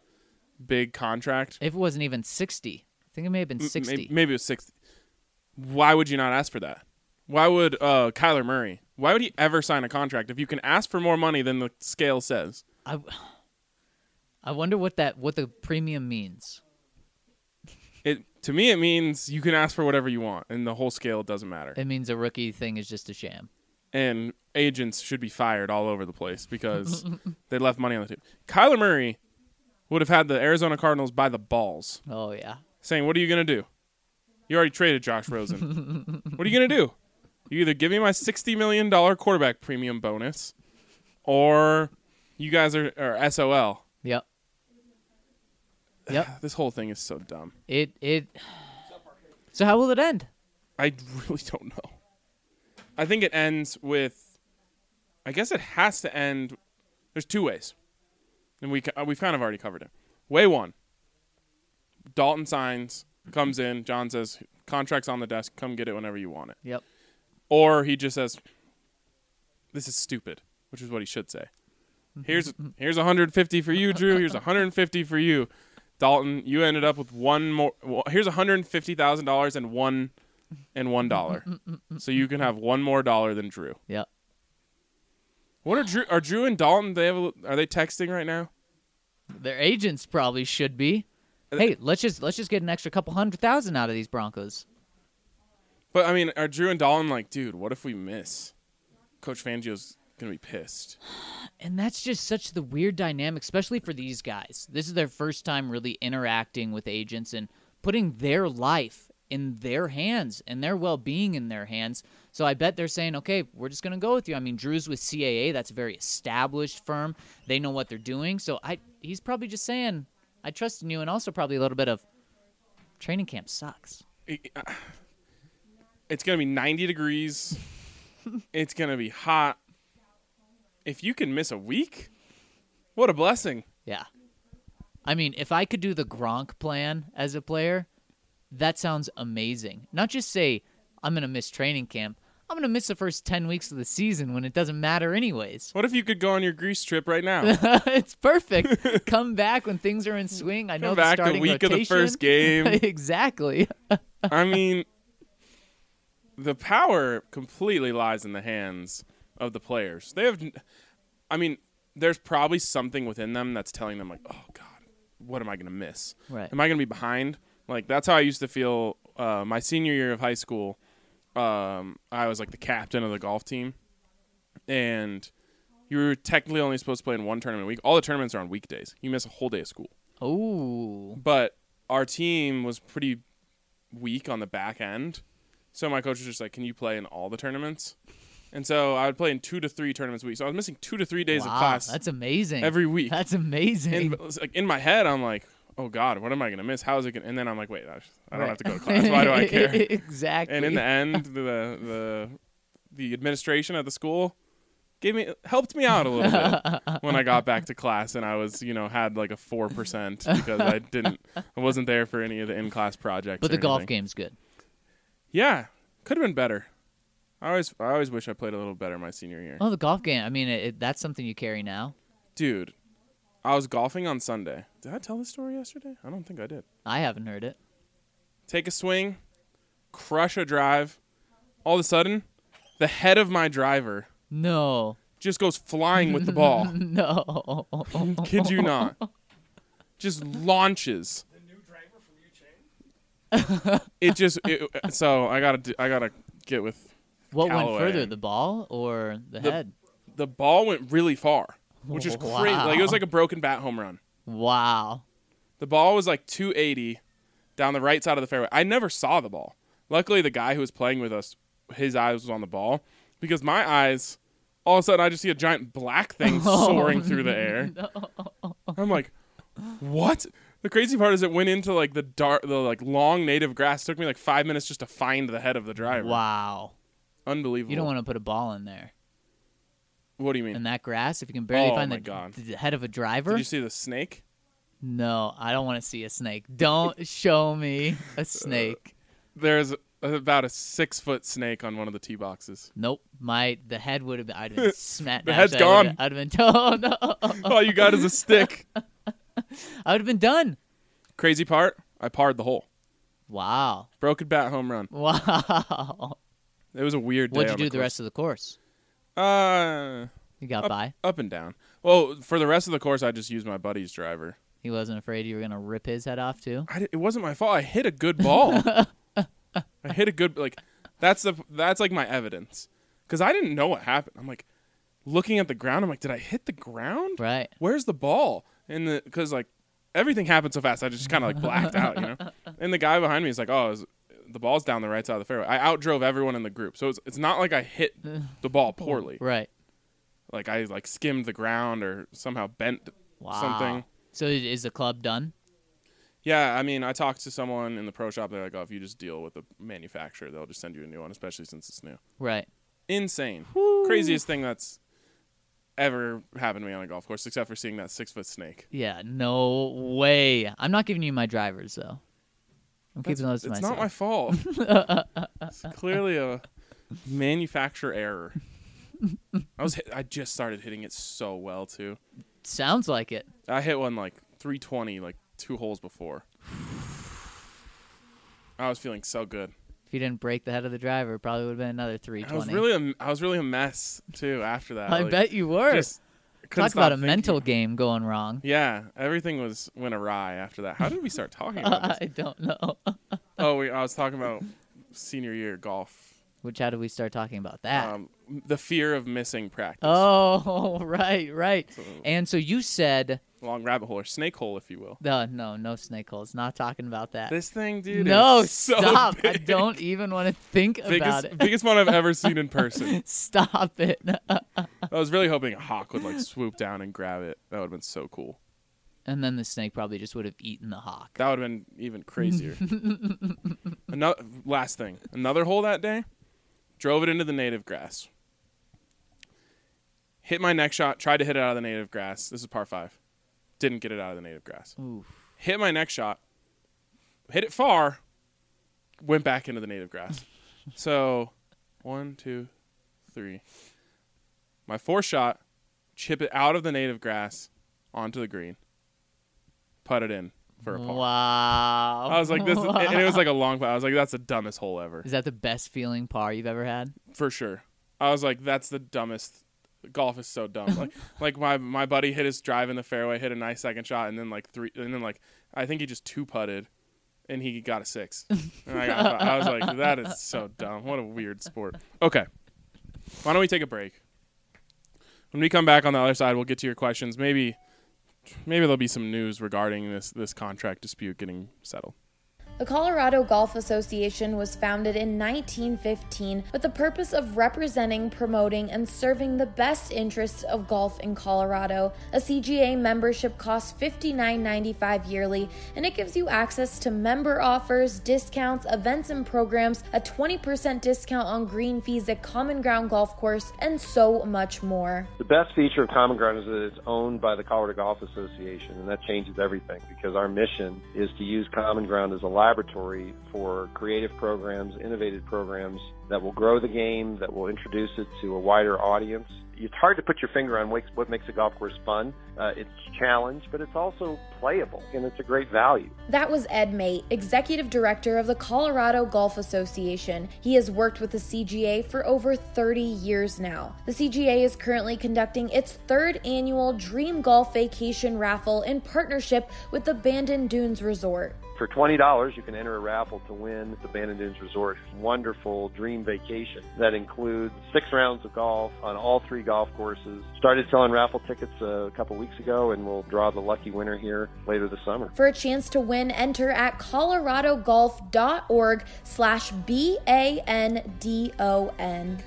D: big contract.
E: If it wasn't even 60. I think it may have been
D: M- may-
E: 60.
D: Maybe, it was 60. Why would you not ask for that? Why would uh, Kyler Murray? Why would he ever sign a contract if you can ask for more money than the scale says?
E: I, I wonder what that what the premium means. [LAUGHS]
D: It to me it means you can ask for whatever you want, and the whole scale doesn't matter.
E: It means a rookie thing is just a sham.
D: and agents should be fired all over the place
E: [LAUGHS]
D: because they left money on the table. Kyler Murray would have had the Arizona Cardinals by the balls,
E: Oh yeah.
D: saying, "What are you going to do? You already traded Josh
E: [LAUGHS]
D: Rosen. what are you going to do? You either give me my sixty million dollar quarterback premium bonus, or you guys are, are SOL."
E: Yep. [SIGHS] Yep.
D: This whole thing is so dumb.
E: It it So how will it end?
D: I really don't know. I think it ends with. I guess it has to end. There's two ways, and we uh, we've kind of already covered it. Way one. Dalton signs, comes in. John says, "Contract's on the desk. Come get it whenever you want it."
E: Yep.
D: Or he just says, "This is stupid," which is what he should say. Here's
E: Mm-hmm.
D: here's 150 for you, Drew. Here's 150 for you, Dalton. You ended up with one more. well, Here's 150 thousand dollars and one and one dollar. so you can have one more dollar than Drew.
E: Yep.
D: What are Drew? Are Drew and Dalton? They have a, are they texting right now?
E: Their agents probably should be. Hey, let's just let's just get an extra couple hundred thousand out of these Broncos.
D: But I mean, are Drew and Dalton like, dude? What if we miss? Coach Fangio's gonna be pissed.
E: And that's just such the weird dynamic, especially for these guys. This is their first time really interacting with agents and putting their life in their hands and their well being in their hands. So I bet they're saying, okay, we're just going to go with you. I mean, Drew's with CAA. That's a very established firm. They know what they're doing. So I, he's probably just saying, I trust in you. And also probably a little bit of training camp sucks.
D: It's gonna be 90 degrees. it's gonna be hot. If you can miss a week, what a blessing.
E: Yeah. I mean, if I could do the Gronk plan as a player, that sounds amazing. Not just say, I'm going to miss training camp. I'm going to miss the first 10 weeks of the season when it doesn't matter, anyways.
D: What if you could go on your Greece trip right now?
E: [LAUGHS] it's
D: [LAUGHS]
E: perfect. Come back when things are in swing. I know
D: Come
E: the
D: back the
E: starting
D: week of the
E: rotation. [LAUGHS]
D: first game.
E: exactly.
D: I mean, the power completely lies in the hands of the players. They have, I mean, there's probably something within them that's telling them like, oh God, what am I gonna miss?
E: Right.
D: Am I gonna be behind? Like that's how I used to feel uh, my senior year of high school. Um, I was like the captain of the golf team, and you were technically only supposed to play in one tournament a week. All the tournaments are on weekdays. You miss a whole day of school
E: Oh,
D: but our team was pretty weak on the back end. So my coach was just like, "Can you play in all the tournaments?" And so I would play in two to three tournaments a week. So I was missing two to three days of
E: wow.
D: class
E: That's amazing.
D: every week.
E: That's amazing.
D: and it was, like in my head, I'm like, "Oh God, what am I gonna miss? How is it?" Gonna? And then I'm like, "Wait, I, I don't
E: Right.
D: have to go to class. Why
E: [LAUGHS]
D: do I care?"
E: exactly.
D: and in
E: [LAUGHS]
D: the end, the the the administration at the school gave me helped me out a little bit when I got back to class and I was you know had like a four percent because I didn't I wasn't there for any of the in class projects.
E: but
D: or
E: the golf
D: anything.
E: game's good.
D: yeah, could have been better. I always I always wish I played a little better my senior year,
E: Oh, the golf game. I mean, it, it- that's something you carry now.
D: dude. I was golfing on Sunday. Did I tell this story yesterday? I don't think I did.
E: I haven't heard it.
D: Take a swing, crush a drive. All of a sudden, the head of my driver
E: No.
D: just goes flying with the ball.
E: [LAUGHS] No.
D: [LAUGHS] Kid you not. Just launches. [LAUGHS] it just it, so I gotta do, I gotta get with
E: What
D: Callaway.
E: went further, the ball or the,
D: The-
E: head?
D: the ball went really far, which is crazy. Like it was
E: Wow.
D: like a broken bat home run.
E: Wow.
D: The ball was like 280 down the right side of the fairway. I never saw the ball. Luckily, the guy who was playing with us, his eyes was on the ball because my eyes, all of a sudden, I just see a giant black
E: [LAUGHS]
D: thing
E: Oh,
D: soaring through the air. I'm like, what? The crazy part is it went into like the dark, the like long native grass. took me like five minutes just to find the head of the driver.
E: Wow.
D: Unbelievable.
E: You don't want to put a ball in there.
D: What do you
E: In
D: mean?
E: that grass, if you can barely
D: Oh,
E: find
D: my
E: the,
D: God.
E: the head of a
D: Did
E: driver.
D: you see the snake?
E: No, I don't want to see a snake.
D: [LAUGHS]
E: Don't show me a snake.
D: Uh, There's about a six foot snake on one of the tee boxes.
E: Nope. My the head would have been I'd have
D: [LAUGHS]
E: been smacked.
D: The head's gone.
E: I'd have been [LAUGHS] oh, no.
D: All you got is
E: [LAUGHS]
D: a stick.
E: I would have been done.
D: Crazy part, I parred the hole.
E: Wow.
D: Broken bat home run.
E: Wow.
D: It was a weird day.
E: What'd you
D: on
E: do
D: the,
E: the rest of the course?
D: Uh,
E: You got by.
D: up and down. Well, for the rest of the course, I just used my buddy's driver.
E: He wasn't afraid you were gonna rip his head off too.
D: I, di- it wasn't my fault. I hit a
E: [LAUGHS]
D: good ball. I hit a good like. That's the that's like my evidence, because I didn't know what happened. I'm like looking at the ground. I'm like, did I hit the ground?
E: Right.
D: Where's the ball? And the because like everything happened so fast, I just kind of like blacked
E: [LAUGHS]
D: out, you know. And the guy behind me is like, oh. it was- the ball's down the right side of the fairway. I outdrove everyone in the group, so it's, it's not like I hit
E: [LAUGHS]
D: the ball poorly.
E: Right.
D: like I like skimmed the ground or somehow bent
E: Wow.
D: something.
E: So i- is the club done?
D: Yeah, I mean, I talked to someone in the pro shop. They're like, "Oh, if you just deal with the manufacturer, they'll just send you a new one, especially since it's new."
E: Right.
D: Insane, craziest thing that's ever happened to me on a golf course, except for seeing that six foot snake.
E: Yeah. No way. I'm not giving you my drivers though. I'm keeping those
D: It's
E: to
D: not
E: myself.
D: my fault.
E: [LAUGHS]
D: it's clearly a manufacturer error. I was hit, I just started hitting it so well too.
E: Sounds like it.
D: I hit one like 320, like two holes before. I was feeling so good.
E: If you didn't break the head of the driver, it probably would have been another
D: I was
E: 320.
D: really, a, I was really a mess too after
E: [LAUGHS]
D: that.
E: I
D: Like,
E: bet you were.
D: just couldn't
E: Talk
D: stop
E: about a
D: thinking.
E: mental game going wrong.
D: Yeah, everything was went awry after that. How did we
E: [LAUGHS]
D: start talking about this?
E: I don't know.
D: Oh, we, I was talking about senior year golf
E: Which how do we start talking about that?
D: Um, the fear of missing practice.
E: oh, [LAUGHS] right, right. And so you said,
D: Long rabbit hole or snake hole, if you will.
E: no, no, no snake holes. Not talking about that.
D: This thing, dude.
E: no,
D: is so
E: stop. I
D: big.
E: don't even want to think about
D: Biggest,
E: it.
D: biggest one
E: [LAUGHS]
D: I've ever seen in person.
E: Stop it. [LAUGHS]
D: I was really hoping a hawk would like swoop down and grab it. That would have been so cool.
E: and then the snake probably just would have eaten the hawk.
D: That would have been
E: [LAUGHS]
D: even crazier. another last thing. Another hole that day. Drove it into the native grass. Hit my neck shot. Tried to hit it out of the native grass. This is par five. Didn't get it out of the native grass.
E: Oof.
D: Hit my neck shot. Hit it far. Went back into the native grass. so, one, two, three. My fourth shot. Chip it out of the native grass onto the green. Put it in for a par.
E: Wow.
D: I was like, this, and it was like a long putt. I was like, that's the dumbest hole ever,
E: Is that the best feeling par you've ever had?
D: for sure. I was like, that's the dumbest. Golf is so dumb. Like, like my my buddy hit his drive in the fairway, hit a nice second shot, and then like three, and then like I think he just two putted, and he got a six. And I, got, I was like, that is so dumb. What a weird sport. Okay, why don't we take a break? When we come back on the other side, we'll get to your questions. Maybe, maybe there'll be some news regarding this this contract dispute getting settled.
A: The Colorado Golf Association was founded in 1915 with the purpose of representing, promoting, and serving the best interests of golf in Colorado. A CGA membership costs $59.95 yearly, and it gives you access to member offers, discounts, events and programs, a 20% discount on green fees at Common Ground Golf Course, and so much more.
F: The best feature of Common Ground is that it's owned by the Colorado Golf Association, and that changes everything because our mission is to use Common Ground as a laboratory for creative programs, innovative programs that will grow the game, that will introduce it to a wider audience. It's hard to put your finger on what what makes a golf course fun. Uh, it's challenge, but it's also playable, and it's a great value.
A: That was Ed Mate, Executive Director of the Colorado Golf Association. He has worked with the CGA for over 30 years now. The CGA is currently conducting its third annual Dream Golf Vacation Raffle in partnership with the Bandon Dunes Resort.
F: For $20, you can enter a raffle to win the Bandon Dunes Resort wonderful dream vacation that includes six rounds of golf on all three golf courses. Started selling raffle tickets a couple weeks ago, and we'll draw the lucky winner here later this summer.
A: For a chance to win, enter at coloradogolf.org slash B-A-N-D-O-N.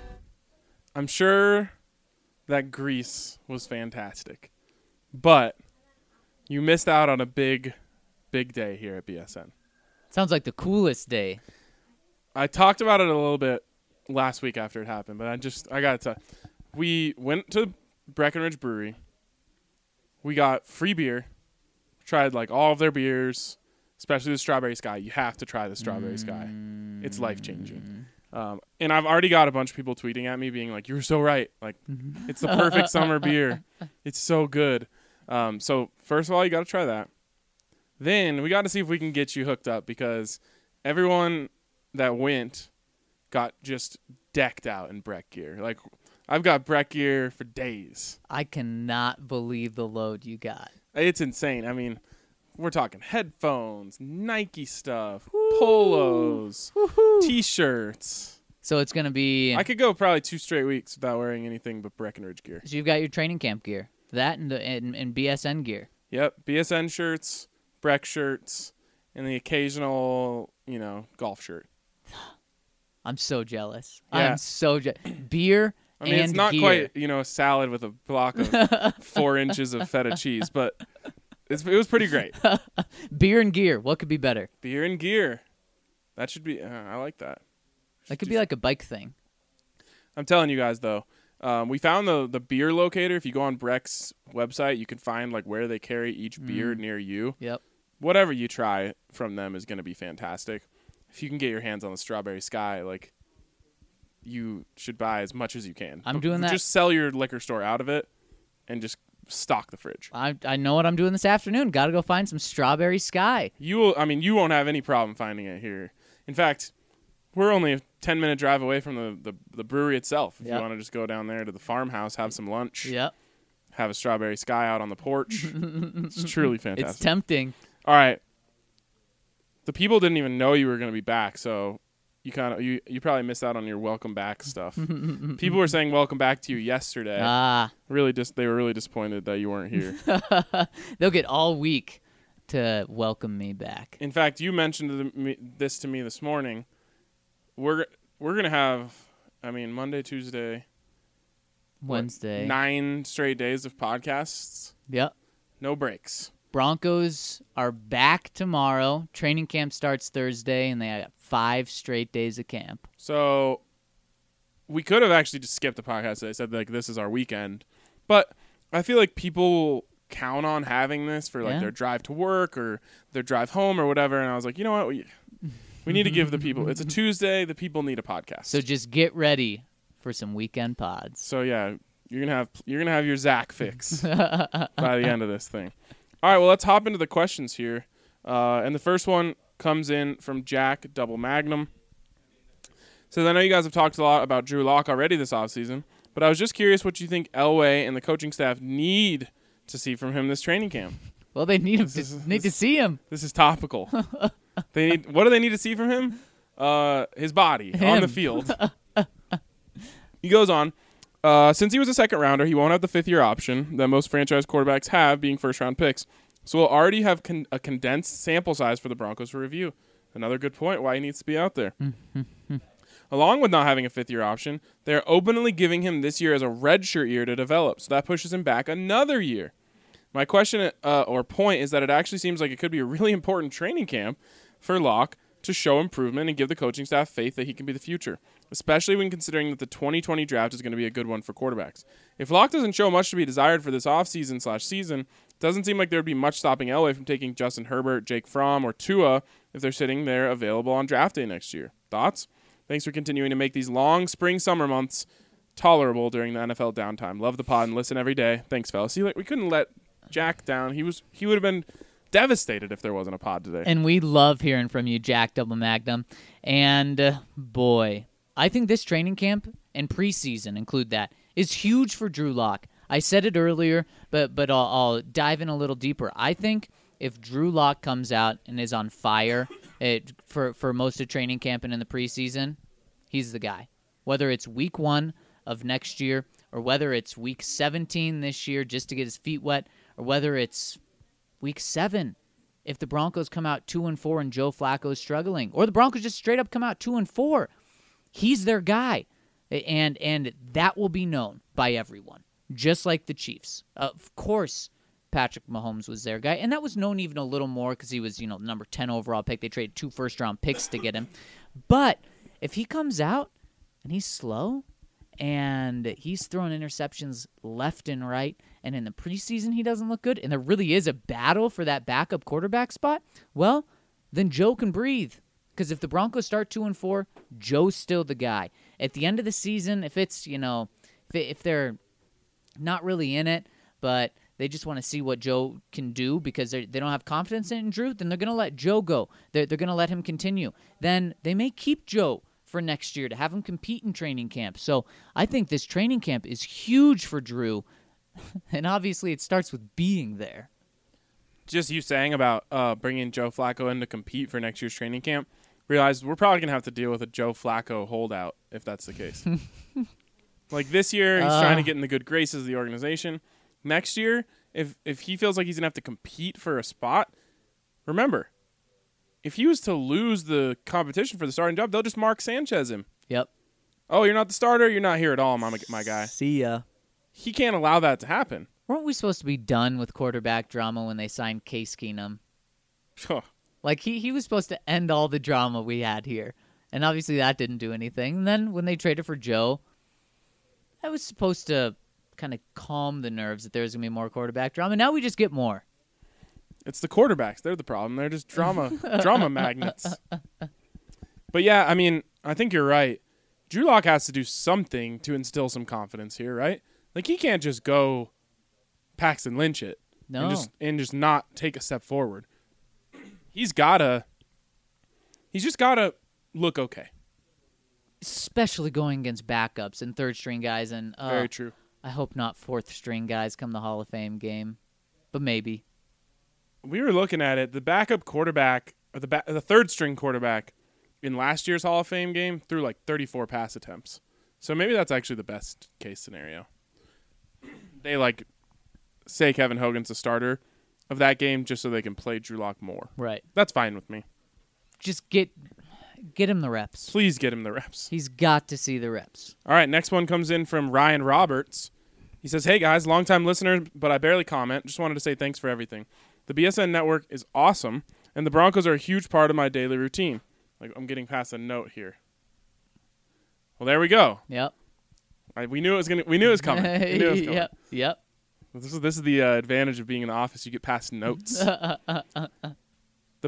D: I'm sure that Greece was fantastic, but you missed out on a big, big day here at BSN.
E: Sounds like the coolest day.
D: I talked about it a little bit last week after it happened, but I just I gotta tell, we went to Breckenridge Brewery. We got free beer, tried like all of their beers, especially the Strawberry Sky. You have to try the Strawberry Sky; it's life changing. Um, and I've already got a bunch of people tweeting at me, being like, "You're so right! Like, it's the perfect summer beer. It's so good." Um, so first of all, you got to try that. Then we got to see if we can get you hooked up because everyone that went got just decked out in Breck gear. Like I've got Breck gear for days.
E: I cannot believe the load you got.
D: It's insane. I mean, we're talking headphones, Nike stuff, polos, t-shirts.
E: So it's gonna be.
D: I could go probably two straight weeks without wearing anything but Breckenridge gear.
E: so you've got your training camp gear, that and the and, and BSN gear.
D: Yep, BSN shirts, Breck shirts, and the occasional, you know, golf shirt.
E: [GASPS] I'm so jealous.
D: Yeah.
E: I'm so jealous. Beer
D: I mean,
E: and
D: it's not
E: gear.
D: quite you know a salad with a block
E: [LAUGHS]
D: of four inches of feta cheese, but it's, it was
E: [LAUGHS]
D: pretty great.
E: beer and gear. What could be better?
D: Beer and gear, that should be. Uh, I like that.
E: That could
D: do
E: be like a bike thing. [LAUGHS]
D: I'm telling you guys though, um, we found the the beer locator. If you go on Breck's website, you can find like where they carry each beer near you.
E: Mm-hmm. Yep.
D: Whatever you try from them is going to be fantastic. If you can get your hands on the strawberry sky, like you should buy as much as you can.
E: I'm
D: But
E: doing that-
D: Just sell your liquor store out of it, and just stock the fridge.
E: I I know what I'm doing this afternoon. Got to go find some strawberry sky.
D: You will. I mean, you won't have any problem finding it here. In fact, we're only a ten minute drive away from the the, the brewery itself. If
E: Yep.
D: you want to just go down there to the farmhouse, have some lunch,
E: Yep.
D: have a strawberry sky out on
E: [LAUGHS]
D: the porch. it's truly fantastic.
E: It's tempting.
D: All right. The people didn't even know you were going to be back, so you kind of you you probably missed out on your welcome
E: [LAUGHS]
D: back stuff. People were saying welcome back to you yesterday.
E: Ah,
D: really, just they were really disappointed that you [LAUGHS] weren't
E: [LAUGHS]
D: here.
E: they'll get all week to welcome me back.
D: In fact, you mentioned the, me, this to me this morning. We're we're gonna have, I mean, Monday, Tuesday, what,
E: Wednesday.
D: nine straight days of podcasts,
E: Yep.
D: no breaks.
E: Broncos are back tomorrow. Training camp starts Thursday, and they got five straight days of camp.
D: So we could have actually just skipped the podcast today. Said like this is our weekend, but I feel like people count on having this for like
E: Yeah.
D: their drive to work or their drive home or whatever. And I was like, you know what, we we need to give the people. It's a Tuesday. The people need a podcast.
E: So just get ready for some weekend pods.
D: So yeah, you're gonna have you're gonna have
E: [LAUGHS]
D: your Zach fix by the end of this thing. All right, well let's hop into the questions here, uh, and the first one comes in from Jack Double Magnum. Says I know you guys have talked a lot about Drew Lock already this offseason, but I was just curious what you think Elway and the coaching staff need to see from him this training camp.
E: Well, they need 'em
D: This
E: to,
D: is-
E: need to
D: this-
E: see him.
D: This is topical. [LAUGHS] they need what do they need to see from him? Uh, his body on the
E: Him.
D: field. he goes on. Uh, since he was a second rounder, he won't have the fifth year option that most franchise quarterbacks have, being first round picks. So we'll already have con- a condensed sample size for the Broncos for review. Another good point why he needs to be out there. Along with not having a fifth year option, they are openly giving him this year as a redshirt year to develop, so that pushes him back another year. My question uh, or point is that it actually seems like it could be a really [LAUGHS] important training camp for Locke to show improvement and give the coaching staff faith that he can be the future, especially when considering that the 2020 draft is going to be a good one for quarterbacks. If Locke doesn't show much to be desired for this offseason slash season, it doesn't seem like there would be much stopping Elway from taking Justin Herbert, Jake Fromm, or Tua if they're sitting there available on draft day next year. Thoughts? Thanks for continuing to make these long spring summer months tolerable during the NFL downtime. Love the pod and listen every day. Thanks, fellas. See, like we couldn't let Jack down. He was he would have been devastated if there wasn't a pod today.
E: And we love hearing from you, Jack Double Magnum. And uh, boy, I think this training camp and preseason include that is huge for Drew Lock. I said it earlier, but but I'll, I'll dive in a little deeper. I think if Drew Lock comes out and is on fire [LAUGHS] it, for for most of training camp and in the preseason, he's the guy. Whether it's week one of next year, or whether it's week 17 this year just to get his feet wet, or whether it's week seven if the Broncos come out two and four and Joe Flacco is struggling, or the Broncos just straight up come out two and four, he's their guy, and and that will be known by everyone, just like the Chiefs. Of course, Patrick Mahomes was their guy, and that was known even a little more because he was you know the number ten overall pick. They traded two first round picks to get him, but if he comes out and he's slow and he's throwing interceptions left and right. And in the preseason, he doesn't look good. And there really is a battle for that backup quarterback spot. Well, then Joe can breathe. Because if the Broncos start two and four, Joe's still the guy. At the end of the season, if it's you know, if, it, if they're not really in it, but they just want to see what Joe can do because they they don't have confidence in Drew. Then they're going to let Joe go. They're, they're going to let him continue. Then they may keep Joe for next year to have him compete in training camp. So I think this training camp is huge for Drew, [LAUGHS] and obviously it starts with being there.
D: Just you saying about uh, bringing Joe Flacco in to compete for next year's training camp, realized we're probably gonna have to deal with a Joe Flacco holdout if that's the case. like this year, he's trying to get in the good graces of the organization. Next year, if if he feels like he's gonna have to compete for a spot, remember, if he was to lose the competition for the starting job, they'll just mark Sanchez him.
E: Yep.
D: Oh, you're not the starter. You're not here at all, my my guy.
E: See ya.
D: He can't allow that to happen.
E: Weren't we supposed to be done with quarterback drama when they signed Case Keenum?
D: Huh.
E: Like he he was supposed to end all the drama we had here, and obviously that didn't do anything. And then when they traded for Joe, that was supposed to kind of calm the nerves that there was gonna be more quarterback drama. Now we just get more.
D: It's the quarterbacks. They're the problem. They're
E: [LAUGHS]
D: just drama drama magnets. But yeah, I mean, I think you're right. Drew Lock has to do something to instill some confidence here, right? Like he can't just go Paxton Lynch it
E: No,
D: and just and just not take a step forward. He's gotta. He's just gotta look okay.
E: especially going against backups and third string guys, and uh,
D: Very true.
E: I hope not fourth string guys come the Hall of Fame game, but maybe.
D: we were looking at it. The backup quarterback, or the ba- the third string quarterback, in last year's Hall of Fame game threw like 34 pass attempts. So maybe that's actually the best case scenario. They like say Kevin Hogan's the starter of that game just so they can play Drew Lock more.
E: Right.
D: That's fine with me.
E: Just get get him the reps.
D: Please get him the reps.
E: He's got to see the reps.
D: All right, next one comes in from Ryan Roberts. He says, Hey guys, longtime listener, but I barely comment. Just wanted to say thanks for everything. The BSN network is awesome, and the Broncos are a huge part of my daily routine. Like, I'm getting past a note here. Well, there we go.
E: Yep.
D: I, we knew it was gonna. We knew it was coming. We knew it was
E: [LAUGHS]
D: coming.
E: yep. Yep.
D: This is this is the uh, advantage of being in the office. You get past notes. the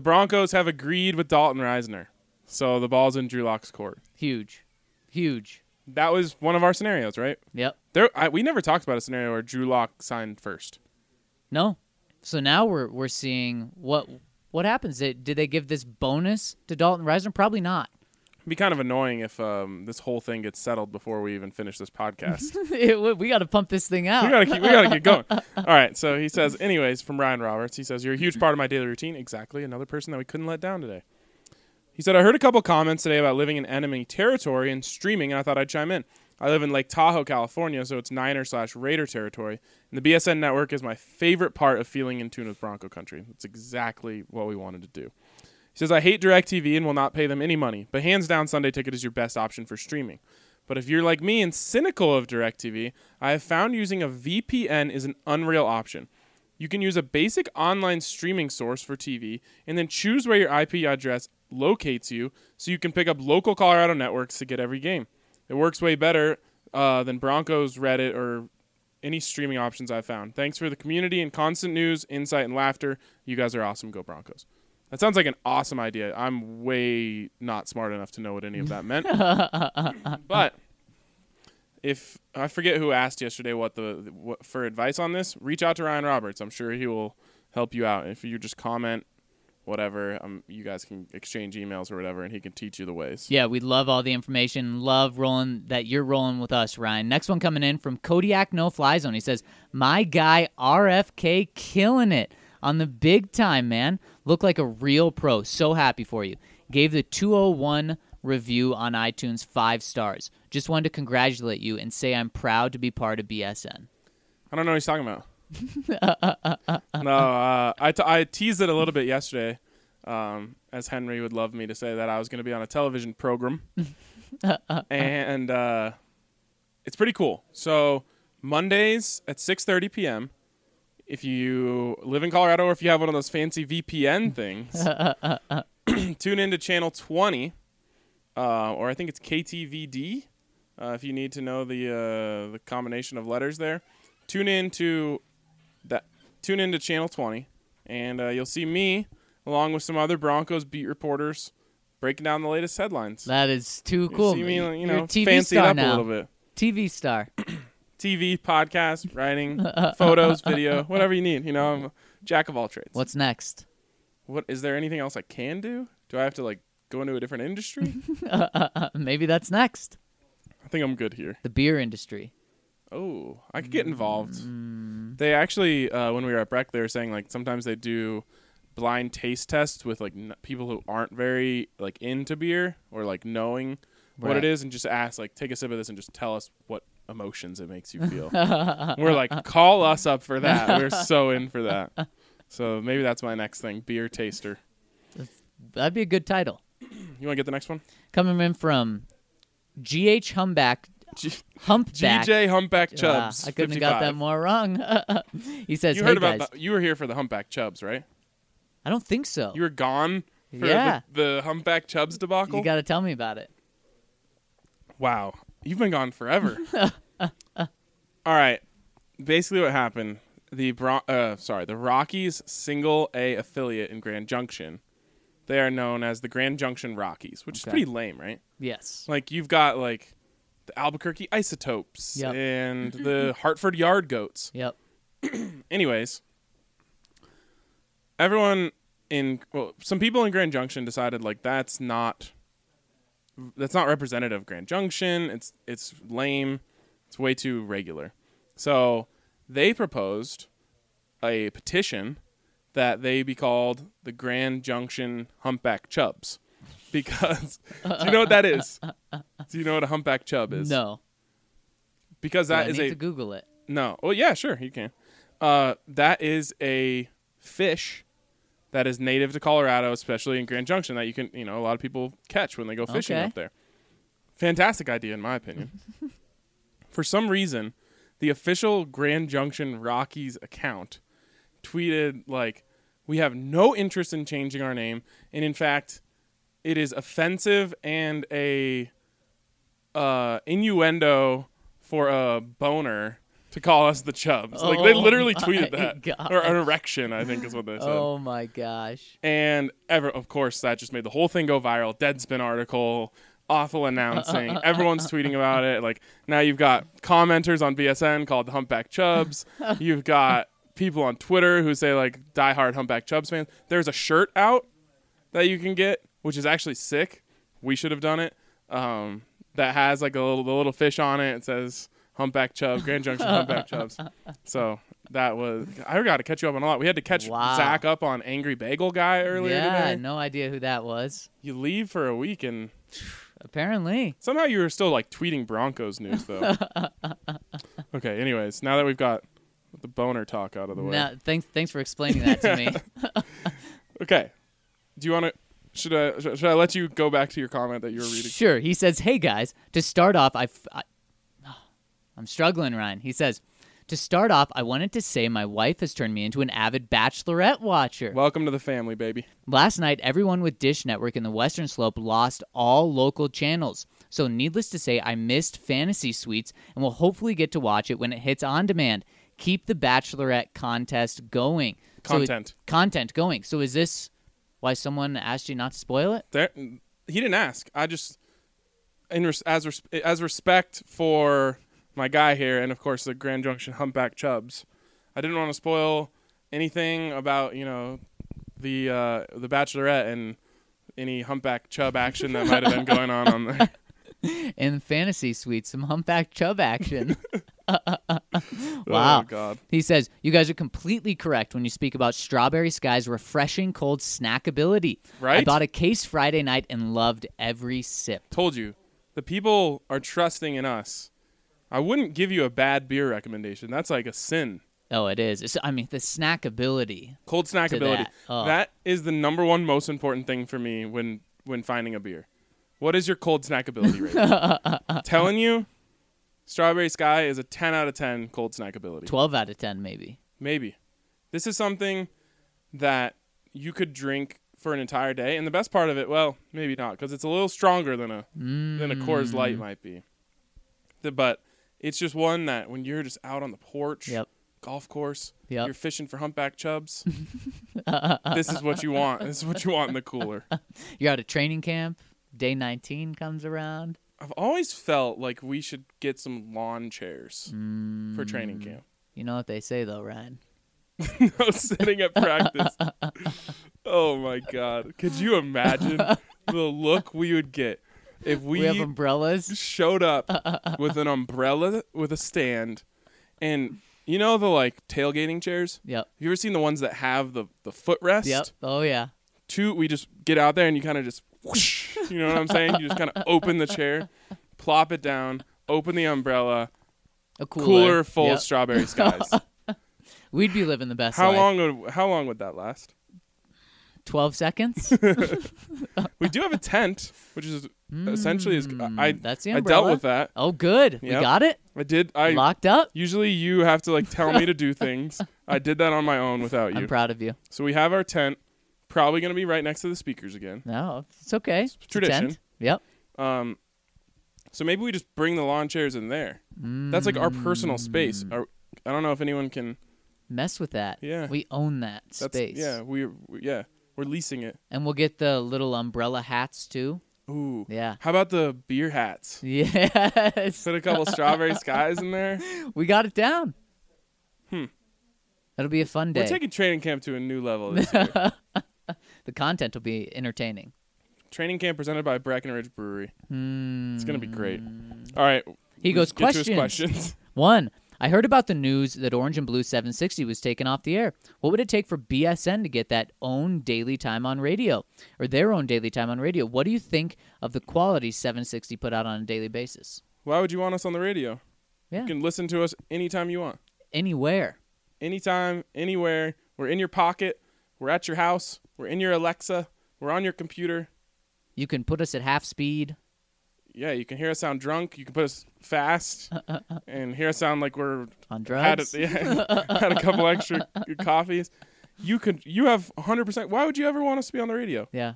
D: Broncos have agreed with Dalton Reisner, so the ball's in Drew Lock's court.
E: Huge. Huge.
D: That was one of our scenarios, right?
E: Yep.
D: There, I, we never talked about a scenario where Drew Lock signed first.
E: [LAUGHS] No. So now we're we're seeing what what happens. Did, did they give this bonus to Dalton Reisner? Probably not.
D: It'd be
E: [LAUGHS]
D: kind of annoying if um, this whole thing gets settled before we even finish
E: [LAUGHS]
D: this podcast.
E: It would- we got to pump this thing out.
D: we gotta keep we gotta
E: [LAUGHS]
D: get going. All right. So he says, anyways, from Ryan Roberts, he says, You're a huge part of my daily routine. Exactly. Another person that we couldn't let down today. He said, I heard a couple comments today about living in enemy territory and streaming, and I thought I'd chime in. I live in Lake Tahoe, California, so it's Niner slash Raider territory, and the BSN network is my favorite part of feeling in tune with Bronco country. That's exactly what we wanted to do. He says, I hate DirecTV and will not pay them any money, but hands down, Sunday Ticket is your best option for streaming. But if you're like me and cynical of DirecTV, I have found using a VPN is an unreal option. You can use a basic online streaming source for TV and then choose where your IP address locates you so you can pick up local Colorado networks to get every game. It works way better uh, than Broncos, Reddit, or any streaming options I've found. Thanks for the community and constant news, insight, and laughter. You guys are awesome. Go Broncos. That sounds like an awesome idea. I'm way not smart enough to know what any of that meant. but if I forget who asked yesterday what the what, for advice on this, reach out to Ryan Roberts. I'm sure he will help you out. If you just comment whatever, um, you guys can exchange emails or whatever and he can teach you the ways.
E: Yeah, we love all the information. Love rolling that you're rolling with us, Ryan. Next one coming in from Kodiak No Fly Zone. He says, My guy RFK killing it on the big time, man. Look like a real pro. So happy for you. Gave the 201 review on iTunes five stars. Just wanted to congratulate you and say I'm proud to be part of BSN.
D: I don't know what he's talking about. no, uh, I, t- I teased it a little bit yesterday, um, as Henry would love me to say that I was going to be on a television program. [LAUGHS] and uh, it's pretty cool. So Mondays at 6.30 p.m., if you live in Colorado or if you have one of those fancy VPN things, [CLEARS THROAT] tune into channel 20, uh, or I think it's KTVD uh, if you need to know the uh, the combination of letters there. Tune in to that. Tune in to channel 20, and uh, you'll see me along with some other Broncos beat reporters breaking down the latest headlines.
E: [LAUGHS] That is too
D: You
E: cool.
D: see me, you
E: You're
D: know,
E: a TV
D: fancy it
E: star
D: up
E: now.
D: a little bit.
E: TV
D: [CLEARS THROAT]
E: star. [LAUGHS]
D: TV, podcast, writing, photos, video, whatever you need. You know, I'm a jack of all trades.
E: What's next?
D: What is there anything else I can do? Do I have to like go into a different
E: [LAUGHS]
D: industry?
E: Maybe that's next.
D: I think I'm good here.
E: The beer industry. Mm.
D: Oh, I could get involved. They actually, uh, when we were at Breck, they were saying like sometimes they do blind taste tests with like n- people who aren't very like into beer or like knowing what
E: Right.
D: it is, and just ask like take a sip of this and just tell us what emotions it makes you
E: [LAUGHS]
D: feel. we're like, call us up for that. We're so in
E: [LAUGHS]
D: for that. So maybe that's my next thing, beer taster.
E: That'd be a good title. [CLEARS THROAT]
D: You want to get the next one?
E: coming in from GH Humpback.
D: G-
E: Humpback.
D: GJ Humpback
E: Ah,
D: Chubs.
E: I couldn't have got that
D: 55.
E: more wrong. [LAUGHS] he says,
D: You
E: "Hey
D: heard
E: guys,
D: about the, you were here for the Humpback Chubs, right?
E: I don't think so.
D: You were gone for
E: Yeah.
D: the, the humpback chubs debacle.
E: You got to tell me about it."
D: wow, you've been gone
E: [LAUGHS]
D: forever. All right, basically what happened: the Bron- uh, sorry, the Rockies single A affiliate in Grand Junction. They are known as the Grand Junction Rockies, which
E: Okay.
D: is pretty lame, right?
E: Yes.
D: Like you've got like the Albuquerque Isotopes
E: Yep.
G: [LAUGHS]
E: [LAUGHS]
D: and the Hartford Yard Goats.
E: Yep.
D: [CLEARS THROAT] anyways, everyone in well, some people in Grand Junction decided like that's not that's not representative of Grand Junction. It's it's lame. It's way too regular. So they proposed a petition that they be called the Grand Junction Humpback Chubs. [LAUGHS] because do you know what
E: [LAUGHS]
D: that is? Do you know what a humpback chub is?
E: No,
D: Because
E: Do
D: that
E: I
D: is
E: need
D: a
E: to Google it.
D: no. Oh yeah, sure you can. Uh, that is a fish that is native to Colorado, especially in Grand Junction. That you can you know a lot of people catch when they go fishing
E: Okay.
D: up there. Fantastic idea, in my opinion. For some reason, the official Grand Junction Rockies account tweeted like, "We have no interest in changing our name, and in fact, it is offensive and a uh, innuendo for a boner to call us the Chubs." like they
E: Oh
D: literally
E: my
D: tweeted
E: [LAUGHS]
D: that,
E: gosh.
D: or an erection, I think is what
E: [LAUGHS]
D: they said.
E: Oh my gosh.
D: And ever, of course, that just made the whole thing go viral. Deadspin article, awful announcing. Everyone's tweeting about it. Like now, you've got commenters on BSN called the Humpback Chubs. You've got people on Twitter who say like diehard Humpback Chubs fans. There's a shirt out that you can get, which is actually sick. We should have done it. Um, that has like a little, the little fish on it. It says Humpback Chub, Grand Junction Humpback Chubs. So that was I got to catch you up on a lot. We had to catch
E: Wow.
D: Zach up on Angry Bagel Guy earlier
E: yeah,
D: today.
E: no idea who that was.
D: You leave for a week and
E: Apparently,
D: somehow you were still like tweeting Broncos news
E: [LAUGHS]
D: though. okay. Anyways, now that we've got the boner talk out of the way,
E: now, thanks thanks for explaining that to me.
D: [LAUGHS] okay. Do you want to? Should I should I let you go back to your comment that you were reading?
E: Sure. He says, "Hey guys, to start off, I, I [SIGHS] I'm struggling, Ryan." He says, "To start off, I wanted to say my wife has turned me into an avid Bachelorette watcher.
D: Welcome to the family, baby.
E: Last night, everyone with Dish Network in the Western Slope lost all local channels. So, needless to say, I missed Fantasy Suites and will hopefully get to watch it when it hits on demand. Keep the Bachelorette contest going. So it-
D: Content.
E: content going. So, is this why someone asked you not to spoil it?
D: There, he didn't ask. I just, in res, as res, as respect for my guy here, and of course the Grand Junction Humpback Chubs, I didn't want to spoil anything about you know the uh, the Bachelorette and any Humpback Chub action that might have been going on on there.
E: In Fantasy Suites, some humpback chub
D: [LAUGHS]
E: action. [LAUGHS] Wow.
D: Oh God.
E: He says, You guys are completely correct when you speak about Strawberry Sky's refreshing cold snackability. I
D: Right?
E: bought a case Friday night and loved every sip.
D: Told you, the people are trusting in us. I wouldn't give you a bad beer recommendation. That's like a sin.
E: Oh, it is. It's, I mean, the snackability.
D: cold snack
E: to
D: ability.
E: that. Oh.
D: that is the number one most important thing for me when when finding a beer. What is your cold snack ability rating?
E: [LAUGHS]
D: Telling you, Strawberry Sky is a 10 out of 10 cold snack ability.
E: 12 out of 10, maybe.
D: Maybe. This is something that you could drink for an entire day, and the best part of it, well, maybe not, because it's a little stronger than a than a Coors
E: Mm.
D: Light might be. The- but it's just one that when you're just out on the porch,
E: Yep.
D: golf course,
E: Yep.
D: you're fishing for humpback
E: [LAUGHS]
D: chubs. this is what you want. This is what you want in the cooler.
E: You're out of training camp. Day 19 comes around.
D: I've always felt like we should get some lawn chairs for
E: Mm.
D: training camp.
E: You know what they say, though, Ryan.
D: I was sitting at practice. Oh my god! Could you imagine the look we would get if we,
E: We, have umbrellas.
D: showed up with an umbrella with a stand, and you know the like tailgating chairs?
E: Yep.
D: Have you ever seen the ones that have the the footrest?
E: Yep. Oh, yeah.
D: Two, we just get out there and you kind of just, whoosh, you know what I'm saying? You
E: [LAUGHS]
D: just kind of open the chair, plop it down, open the umbrella,
E: A cooler.
D: cooler, full
E: Yep. [LAUGHS]
D: of strawberry skies.
E: We'd be living the best
D: how
E: life.
D: long would how long would that last?
E: 12
D: [LAUGHS]
E: seconds?
D: We do have a tent, which is essentially is I
E: Mm, that's the
D: I dealt
E: umbrella.
D: with that.
E: oh, good. We
D: Yep.
E: got it?
D: I did I
E: Locked up?
D: usually you have to like tell me to
E: [LAUGHS]
D: do things. I did that on my own without you.
E: I'm proud of you.
D: so we have our tent, probably going to be right next to the speakers again.
E: No, it's okay. It's a
D: tradition.
E: tent. Yep.
D: Um, so maybe we just bring the lawn chairs in there. That's like our personal space.
E: Mm.
D: Our, I don't know if anyone can.
E: Mess with that.
D: Yeah.
E: We own that
D: That's,
E: space.
D: Yeah, we, we yeah we're leasing it.
E: And we'll get the little umbrella hats, too.
D: Ooh.
E: Yeah.
D: How about the beer hats?
E: Yes.
D: Put a couple strawberry skies in there.
E: [LAUGHS] We got it down. That'll be a fun day. Uh,
D: Hmm. We're taking training camp to a new level. This year.
E: [LAUGHS] the content will be entertaining.
D: training camp presented by Brackenridge Brewery. It's gonna be great. All right.
E: Hmm. He goes,
D: let's get to his
E: questions.
D: questions.
E: [LAUGHS] One, I heard about the news that Orange and Blue 760 was taken off the air. What would it take for BSN to get that own daily time on radio or their own daily time on radio? What do you think of the quality 760 put out on a daily basis?
D: Why would you want us on the radio?
E: Yeah.
D: You can listen to us anytime you want.
E: Anywhere.
D: Anytime, anywhere. We're in your pocket. We're at your house. We're in your Alexa. We're on your computer.
E: You can put us at half speed.
D: Yeah, you can hear us sound drunk. You can put us
E: [LAUGHS]
D: fast and hear us sound like we're
E: On
D: had a,
E: drugs?
D: yeah, [LAUGHS] had a couple
E: [LAUGHS]
D: extra coffees. You could you have 100%. Why would you ever want us to be on the radio?
E: Yeah.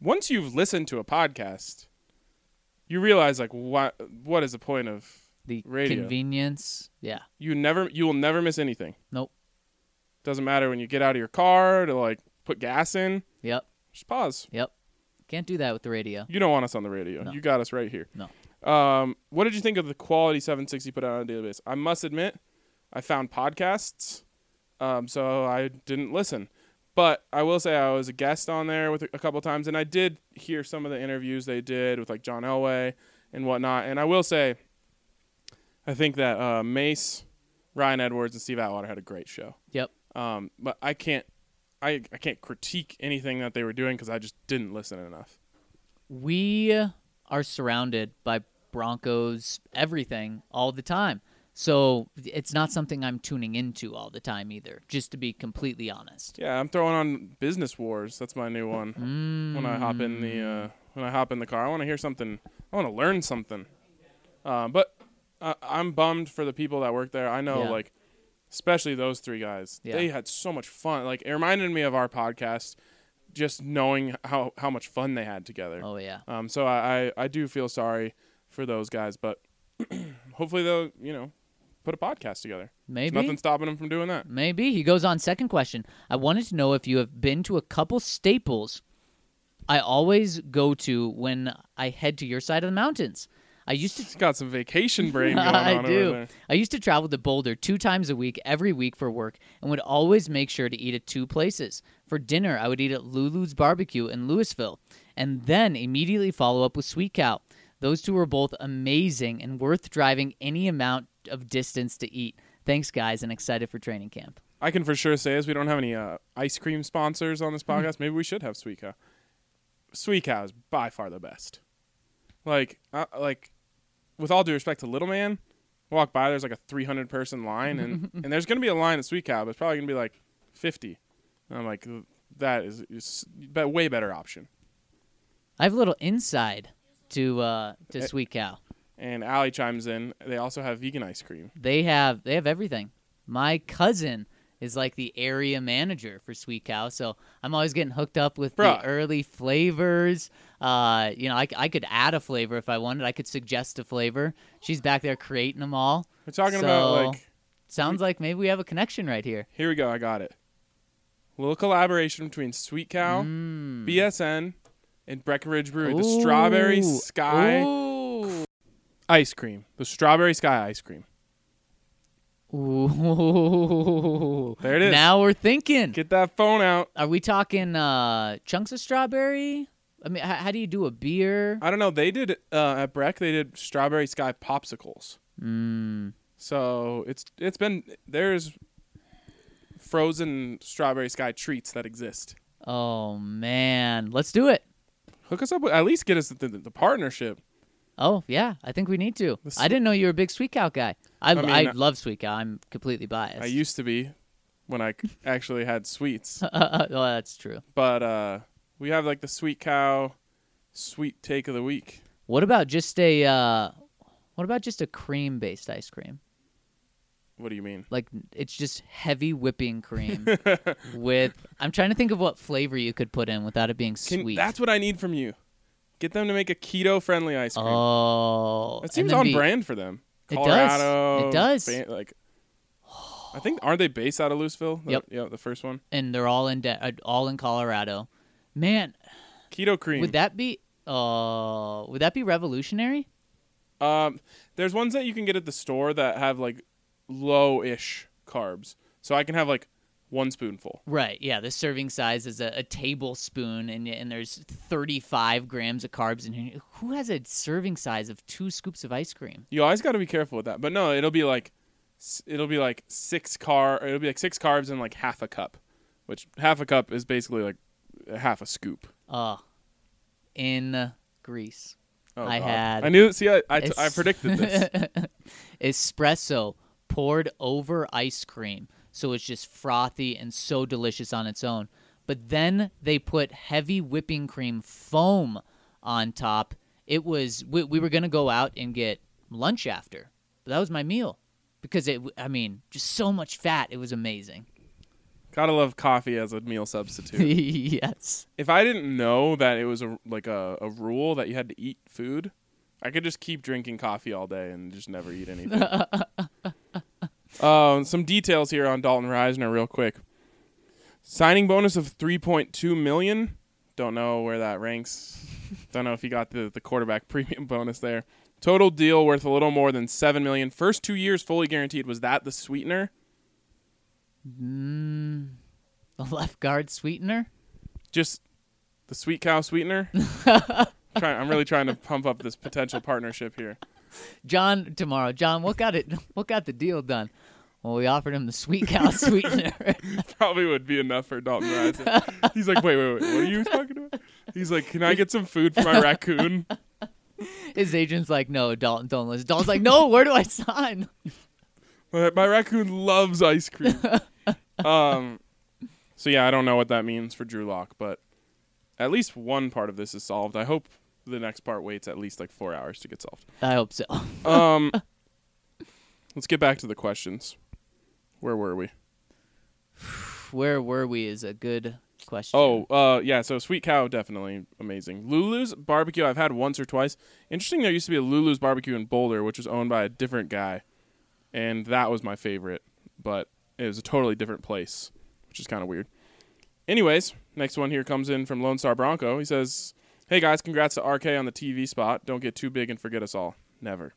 D: Once you've listened to a podcast, you realize like what what is the point of
E: The
D: Radio.
E: convenience. Yeah.
D: you never you will never miss anything.
E: Nope.
D: Doesn't matter when you get out of your car to like put gas in.
E: Yep.
D: Just pause.
E: Yep. Can't do that with the radio.
D: You don't want us on the radio.
E: No.
D: You got us right here.
E: No.
D: Um, what did you think of the quality 760 put out on a daily basis? I must admit, I found podcasts, um, so I didn't listen. But I will say I was a guest on there with a couple times, and I did hear some of the interviews they did with like John Elway and whatnot. And I will say, I think that uh, Mace, Ryan Edwards, and Steve Atwater had a great show.
E: Yep.
D: Um, but I can't, I I can't critique anything that they were doing because I just didn't listen enough.
E: we are surrounded by Broncos everything all the time. So it's not something I'm tuning into all the time either, just to be completely honest.
D: Yeah, I'm throwing on Business Wars. That's my new one. When I hop in the
E: Mm.
D: uh, when I hop in the car, I want to hear something. I want to learn something. Uh, but I, I'm bummed for the people that work there. I know,
E: Yeah.
D: like, especially those three guys.
E: Yeah.
D: They had so much fun. Like, it reminded me of our podcast, just knowing how how much fun they had together.
E: Oh yeah.
D: Um, so I, I I do feel sorry for those guys, but [CLEARS THROAT] hopefully they'll you know put a podcast together. There's
E: Maybe
D: nothing stopping them from doing that.
E: Maybe. He goes on, second question. I wanted to know if you have been to a couple staples I always go to when I head to your side of the mountains. I used to
D: He's got some vacation brain going
E: [LAUGHS]
D: on
E: I
D: over
E: do.
D: there.
E: I used to travel to Boulder two times a week, every week for work, and would always make sure to eat at two places. For dinner, I would eat at Lulu's Barbecue in Louisville, and then immediately follow up with Sweet Cow. Those two were both amazing and worth driving any amount of distance to eat. Thanks, guys, and excited for training camp.
D: I can for sure say is we don't have any uh, ice cream sponsors on this podcast. Maybe we should have Sweet Cow. Sweet Cow is by far the best. Like, uh, like, with all due respect to Little Man, walk by there's like a 300 person line, and and there's gonna be a line at Sweet Cow, but it's probably gonna be like 50. And I'm like, that is, is be- way better option.
E: I have a little inside to uh,
D: Eh.
E: to Sweet Cow.
D: And Allie chimes in. They also have vegan ice cream.
E: They have they have everything. My cousin is like the area manager for Sweet Cow, so I'm always getting hooked up with
D: Bruh.
E: the early flavors. Uh, you know, I, c- I could add a flavor if I wanted. I could suggest a flavor. She's back there creating them all.
D: We're talking about
E: So-
D: like
E: Sounds like maybe we have a connection right here.
D: Here we go. I got it. A little collaboration between Sweet Cow,
E: Mm.
D: BSN, and Breckenridge Brewery. The Strawberry
E: Ooh.
D: Sky
E: Ooh.
D: Ice Cream. The Strawberry Sky Ice Cream.
E: Ooh.
D: There it is.
E: Now we're thinking.
D: Get that phone out.
E: Are we talking uh, chunks of strawberry? I mean, how, how do you do a beer?
D: I don't know. They did uh, at Breck. They did Strawberry Sky popsicles.
E: Mm.
D: So it's it's been there's frozen Strawberry Sky treats that exist.
E: Oh man, let's do it.
D: Hook us up. With, at least get us the, the, the partnership.
E: Oh yeah, I think we need to.
D: This-
E: I didn't know you were a big Sweet Cow guy. I I,
D: mean, uh, I-
E: love Sweet Cow. I'm completely biased.
D: I used to be when I
E: [LAUGHS]
D: c- actually had sweets.
E: well, that's true.
D: but uh, we have like the sweet cow sweet take of the week
E: What about just a uh, what about just a cream based ice cream?
D: what do you mean
E: Like it's just heavy whipping
D: [LAUGHS]
E: cream with. I'm trying to think of what flavor you could put in without it being
D: Can-
E: sweet.
D: that's what i need from you get them to make a keto friendly ice cream
E: oh,
D: that
E: and
D: seems
E: then
D: on
E: be-
D: brand for them
E: It does.
D: colorado
E: It does.
D: Ban- like i think aren't they based out of louisville The-
E: Yep.
D: yeah the first one
E: And they're all in de- uh, all in Colorado. Man,
D: keto cream
E: would that be? Oh, would that be revolutionary?
D: um there's ones that you can get at the store that have like low-ish carbs so i can have like one spoonful
E: Right. Yeah. The serving size is a, a tablespoon, and y- and there's 35 grams of carbs in here. Who has a serving size of two scoops of ice cream?
D: you always got to be careful with that but no it'll be like s- it'll be like six car. It'll be like six carbs and like half a cup, which half a cup is basically like half a scoop.
E: Uh, in Greece.
D: Oh,
E: I
D: God.
E: had-
D: I knew. See, I I, t- I
E: It's-
D: predicted this.
E: [LAUGHS] espresso poured over ice cream. So it's just frothy and so delicious on its own. But then they put heavy whipping cream foam on top. It was, we, we were going to go out and get lunch after. But that was my meal because it, w- I mean, just so much fat. It was amazing.
D: Gotta love coffee as a meal substitute.
E: [LAUGHS] yes.
D: if I didn't know that it was a like a, a rule that you had to eat food, I could just keep drinking coffee all day and just never eat anything. um, some details here on Dalton Reisner, real quick. Signing bonus of three point two million. Don't know where that ranks. Don't know if he got the, the quarterback [LAUGHS] premium bonus there. Total deal worth a little more than seven million. First two years fully guaranteed. Was that the sweetener?
E: Mm, the left guard sweetener.
D: just the sweet cow sweetener. Try- I'm really trying to pump up this potential partnership here.
E: John tomorrow. John, what got it? [LAUGHS] What got the deal done? Well, we offered him the sweet
D: [LAUGHS]
E: cow sweetener.
D: [LAUGHS] Probably would be enough for Dalton Rising. He's like, wait, wait, wait, what are you talking about? He's like, can I get some food for my raccoon?
E: [LAUGHS] His agent's like, no, Dalton, don't listen. Dalton's like, no, where do I sign?
D: [LAUGHS] My, my raccoon loves ice cream. Um, so yeah, I don't know what that means for Drew Lock, but at least one part of this is solved. I hope the next part waits at least like four hours to get solved.
E: I hope so. [LAUGHS]
D: Um, let's get back to the questions. Where were we?
E: [LAUGHS] Where were we is a good question.
D: Oh, uh, yeah. So Sweet Cow, definitely amazing. Lulu's Barbecue, I've had once or twice. Interesting, there used to be a Lulu's Barbecue in Boulder, which was owned by a different guy, and that was my favorite. But it was a totally different place, which is kind of weird. Anyways, next one here comes in from Lone Star Bronco. He says, "Hey guys, congrats to RK on the TV spot. Don't get too big and forget us all. Never."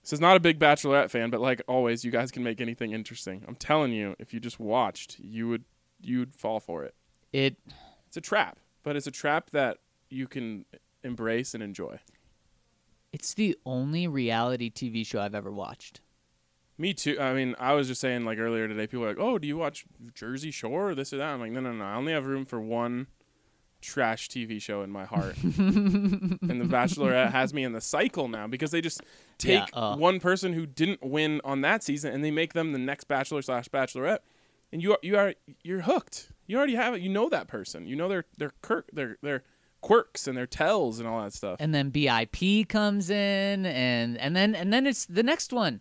D: He says, "Not a big Bachelorette fan, but like always, you guys can make anything interesting. I'm telling you, if you just watched, you would you'd fall for it."
E: It
D: it's a trap, but it's a trap that you can embrace and enjoy.
E: it's the only reality TV show I've ever watched.
D: Me too. I mean, I was just saying like earlier today, people were like, "Oh, do you watch Jersey Shore or this or that?" I'm like, "No, no, no. I only have room for one trash TV show in my heart."
E: [LAUGHS]
D: and The Bachelorette has me in the cycle now because they just take
E: Yeah, uh.
D: one person who didn't win on that season and they make them the next Bachelor slash Bachelorette, and you are you are you're hooked. You already have it. You know that person. You know their their quirk, their their quirks and their tells and all that stuff.
E: And then BIP comes in and and then and then it's the next one.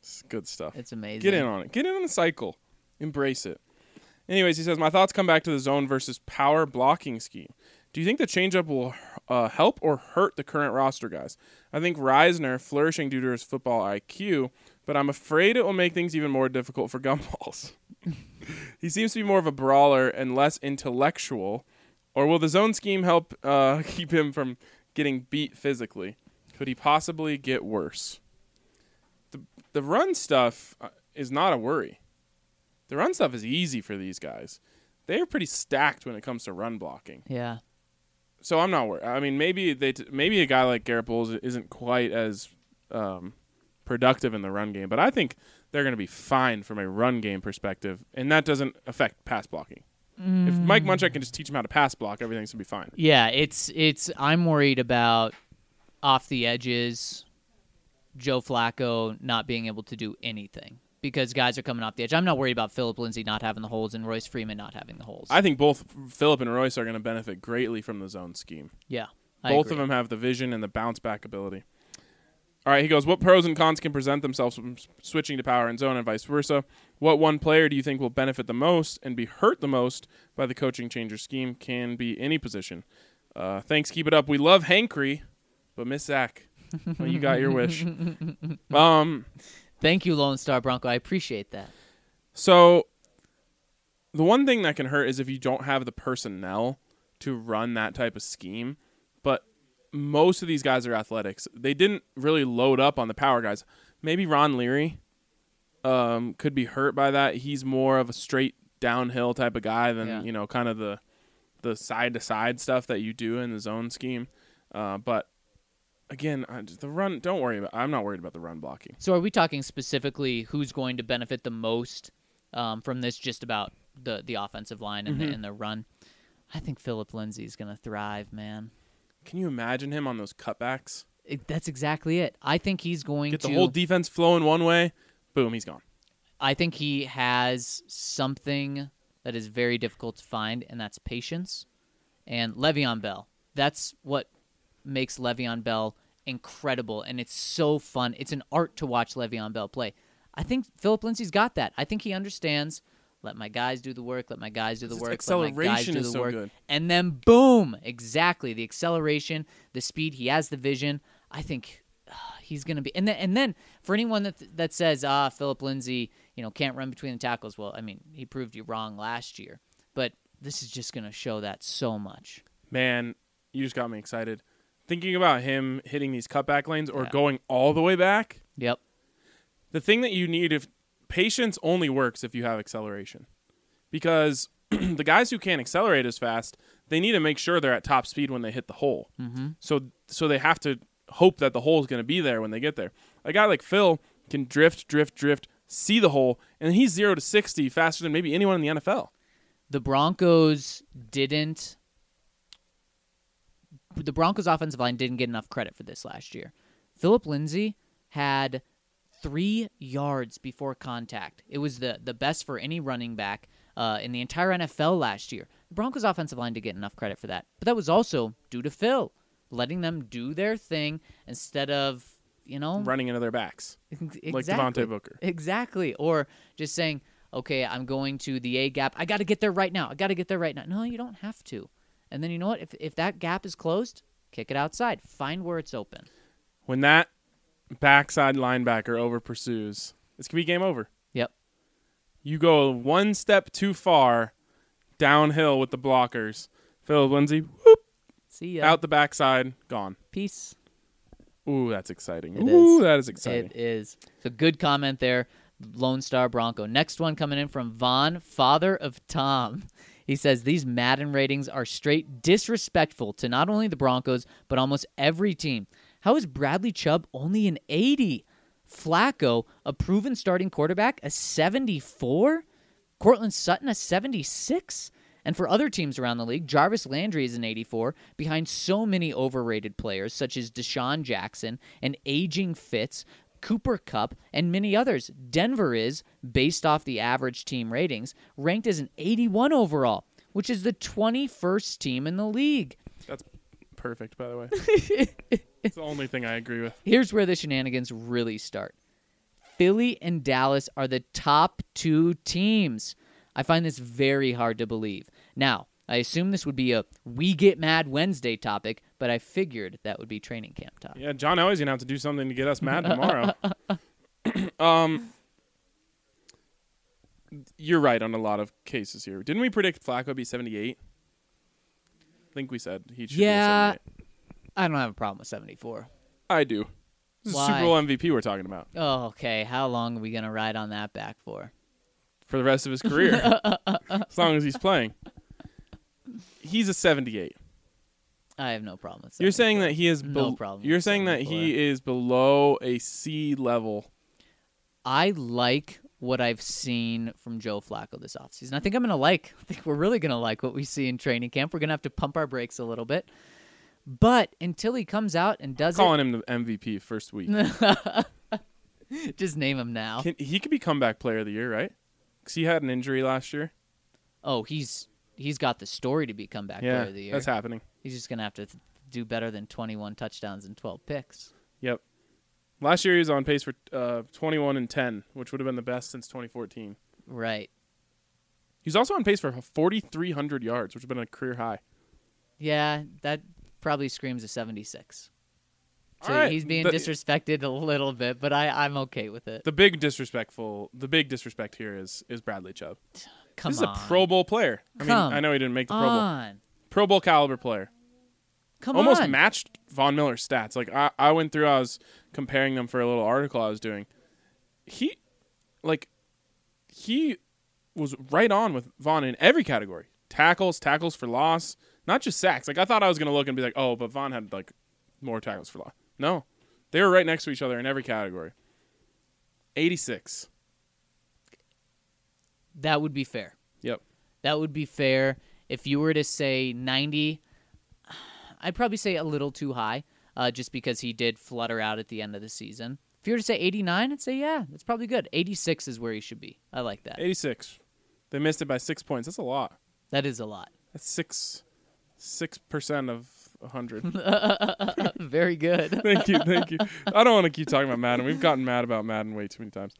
D: It's good stuff.
E: It's amazing.
D: Get in on it. Get in on the cycle. Embrace it. Anyways, he says, my thoughts come back to the zone versus power blocking scheme. Do you think the changeup will uh, help or hurt the current roster guys? I think Reisner flourishing due to his football IQ, but I'm afraid it will make things even more difficult for [LAUGHS] gumballs. he seems to be more of a brawler and less intellectual. Or will the zone scheme help uh, [LAUGHS] keep him from getting beat physically? Could he possibly get worse? the run stuff uh, is not a worry. The run stuff is easy for these guys. They're pretty stacked when it comes to run blocking.
E: Yeah.
D: So I'm not worried. I mean, maybe they t- maybe a guy like Garrett Bowles isn't quite as um, productive in the run game, but I think they're going to be fine from a run game perspective, and that doesn't affect pass blocking. If Mike Munchak can just teach him how to pass block, everything's going to be fine.
E: Yeah, it's it's I'm worried about off the edges Joe Flacco not being able to do anything because guys are coming off the edge. I'm not worried about Philip Lindsay not having the holes and Royce Freeman not having the holes.
D: I think both Philip and Royce are going to benefit greatly from the zone scheme.
E: yeah.
D: Both of them have the vision and the bounce back ability. All right, he goes, What pros and cons can present themselves from s- switching to power and zone and vice versa? What one player do you think will benefit the most and be hurt the most by the coaching change or scheme? Can be any position. Uh, thanks, keep it up. We love Hankry, but miss Zach. Well, you got
E: [LAUGHS]
D: your wish. Um,
E: Thank you, Lone Star Bronco. I appreciate that.
D: so the one thing that can hurt is if you don't have the personnel to run that type of scheme. But most of these guys are athletics. They didn't really load up on the power guys. Maybe Ron Leary um, could be hurt by that. He's more of a straight downhill type of guy than
E: Yeah.
D: you know, kind of the the side to side stuff that you do in the zone scheme. Uh, but again, I, the run. Don't worry about. I'm not worried about the run blocking.
E: So are we talking specifically who's going to benefit the most um, from this? Just about the the offensive line and,
D: Mm-hmm.
E: the, and the run. I think Philip Lindsay is going to thrive, man.
D: Can you imagine him on those cutbacks?
E: It, that's exactly it. I think he's going
D: Get
E: to.
D: the whole defense flowing one way. Boom, he's gone.
E: I think he has something that is very difficult to find, and that's patience. And Le'Veon Bell. That's what makes Le'Veon Bell incredible, and it's so fun. It's an art to watch Le'Veon Bell play. I think Philip Lindsay's got that. I think he understands. Let my guys do the work. Let my guys do the
D: His
E: work. let my guys
D: acceleration
E: do
D: is
E: the
D: so
E: work.
D: good.
E: And then boom, exactly the acceleration, the speed. He has the vision. I think uh, he's going to be. And then, and then for anyone that that says, ah, Philip Lindsay, you know, can't run between the tackles. Well, I mean, he proved you wrong last year. But this is just going to show that so much.
D: Man, you just got me excited. Thinking about him hitting these cutback lanes or going all the way back.
E: Yep.
D: the thing that you need if patience only works if you have acceleration because [CLEARS THROAT] the guys who can't accelerate as fast they need to make sure they're at top speed when they hit the hole mm-hmm. so so they have to hope that the hole is going to be there when they get there a guy like phil can drift drift drift see the hole and he's 0 to 60 faster than maybe anyone in the nfl
E: the Broncos didn't the Broncos offensive line didn't get enough credit for this last year. Philip Lindsay had 3 yards before contact. It was the the best for any running back uh, in the entire NFL last year. The Broncos offensive line didn't get enough credit for that. But that was also due to Phil letting them do their thing instead of, you know,
D: running into their backs
E: Ex-
D: Like
E: exactly.
D: Devontae Booker.
E: Exactly. Or just saying, okay, I'm going to the A gap. I got to get there right now. I got to get there right now. No, you don't have to. And then you know what? If, if that gap is closed, kick it outside. Find where it's open.
D: when that backside linebacker over pursues it's going to be game over
E: Yep.
D: you go one step too far downhill with the blockers. Phil Lindsay, whoop,
E: See ya.
D: out the backside, gone.
E: Peace.
D: Ooh, that's exciting.
E: It
D: Ooh,
E: is.
D: that is exciting.
E: It is. So good comment there, Lone Star Bronco. Next one coming in from Vaughn, father of Tom. [LAUGHS] He says these Madden ratings are straight disrespectful to not only the Broncos but almost every team. How is Bradley Chubb only an 80? Flacco, a proven starting quarterback, a 74? Cortland Sutton a 76. And for other teams around the league, Jarvis Landry is an 84, behind so many overrated players such as Deshaun Jackson and aging Fitz, Cooper Cup, and many others. Denver is, based off the average team ratings, ranked as an 81 overall, which is the 21st team in the league.
D: That's perfect, by
E: [LAUGHS]
D: the way. it's the only thing I agree with.
E: Here's where the shenanigans really start. Philly and Dallas are the top two teams. I find this very hard to believe. Now, I assume this would be a We Get Mad Wednesday topic, but I figured that would be training camp topic.
D: Yeah, John Elway's gonna have to do something to get us
E: [LAUGHS]
D: mad tomorrow. um, you're right on a lot of cases here. Didn't we predict Flacco would be 78? I think we said he should
E: Yeah.
D: be 78.
E: I don't have a problem with 74.
D: I do. This is
E: Why?
D: Super Bowl MVP we're talking about
E: Oh, okay, how long are we going to ride on that back for?
D: for the rest of his career,
E: [LAUGHS]
D: as long as he's playing. He's a 78.
E: I have no problem with 74.
D: You're saying that he is
E: No
D: bel-
E: problem
D: You're
E: with
D: saying that he
E: 74.
D: is below a C level.
E: I like what I've seen from Joe Flacco this offseason. I think I'm going to like, I think we're really going to like what we see in training camp. We're going to have to pump our brakes a little bit. But until he comes out and does
D: Calling him the MVP
E: [LAUGHS]
D: first week.
E: it, [LAUGHS] just name him now.
D: Can, he could be comeback player of the year, right? Because he had an injury last year.
E: Oh, he's he's got the story to be comeback
D: Yeah,
E: player of the year.
D: that's happening.
E: he's just going to have to th- do better than 21 touchdowns and 12 picks.
D: Yep. Last year he was on pace for uh, 21 and 10, which would have been the best since 2014.
E: Right.
D: He's also on pace for 4,300 yards, which would have been a career high.
E: Yeah, that probably screams a 76. So
D: All right,
E: he's being
D: the-
E: disrespected a little bit, but I, I'm okay with it.
D: The big disrespectful, the big disrespect here is is Bradley Chubb.
E: Come
D: this is
E: on.
D: a Pro Bowl player. I mean,
E: Come
D: I know he didn't make the Pro Bowl.
E: on.
D: Pro Bowl caliber player.
E: Come
D: almost
E: on.
D: matched Von Miller's stats. Like I, I went through, I was comparing them for a little article I was doing. He, like, he was right on with Von in every category: tackles, tackles for loss, not just sacks. Like I thought I was gonna look and be like, oh, but Von had like more tackles for loss. No, they were right next to each other in every category. 86.
E: That would be fair.
D: Yep.
E: That would be fair. If you were to say 90, I'd probably say a little too high, uh, just because he did flutter out at the end of the season. If you were to say 89, I'd say, yeah, that's probably good. 86 is where he should be. I like that.
D: 86. They missed it by six points. That's a lot.
E: That is a lot.
D: That's six six percent of a hundred.
E: [LAUGHS] Very good.
D: [LAUGHS] thank you, thank you. I don't want to keep talking about Madden. We've gotten mad about Madden way too many times.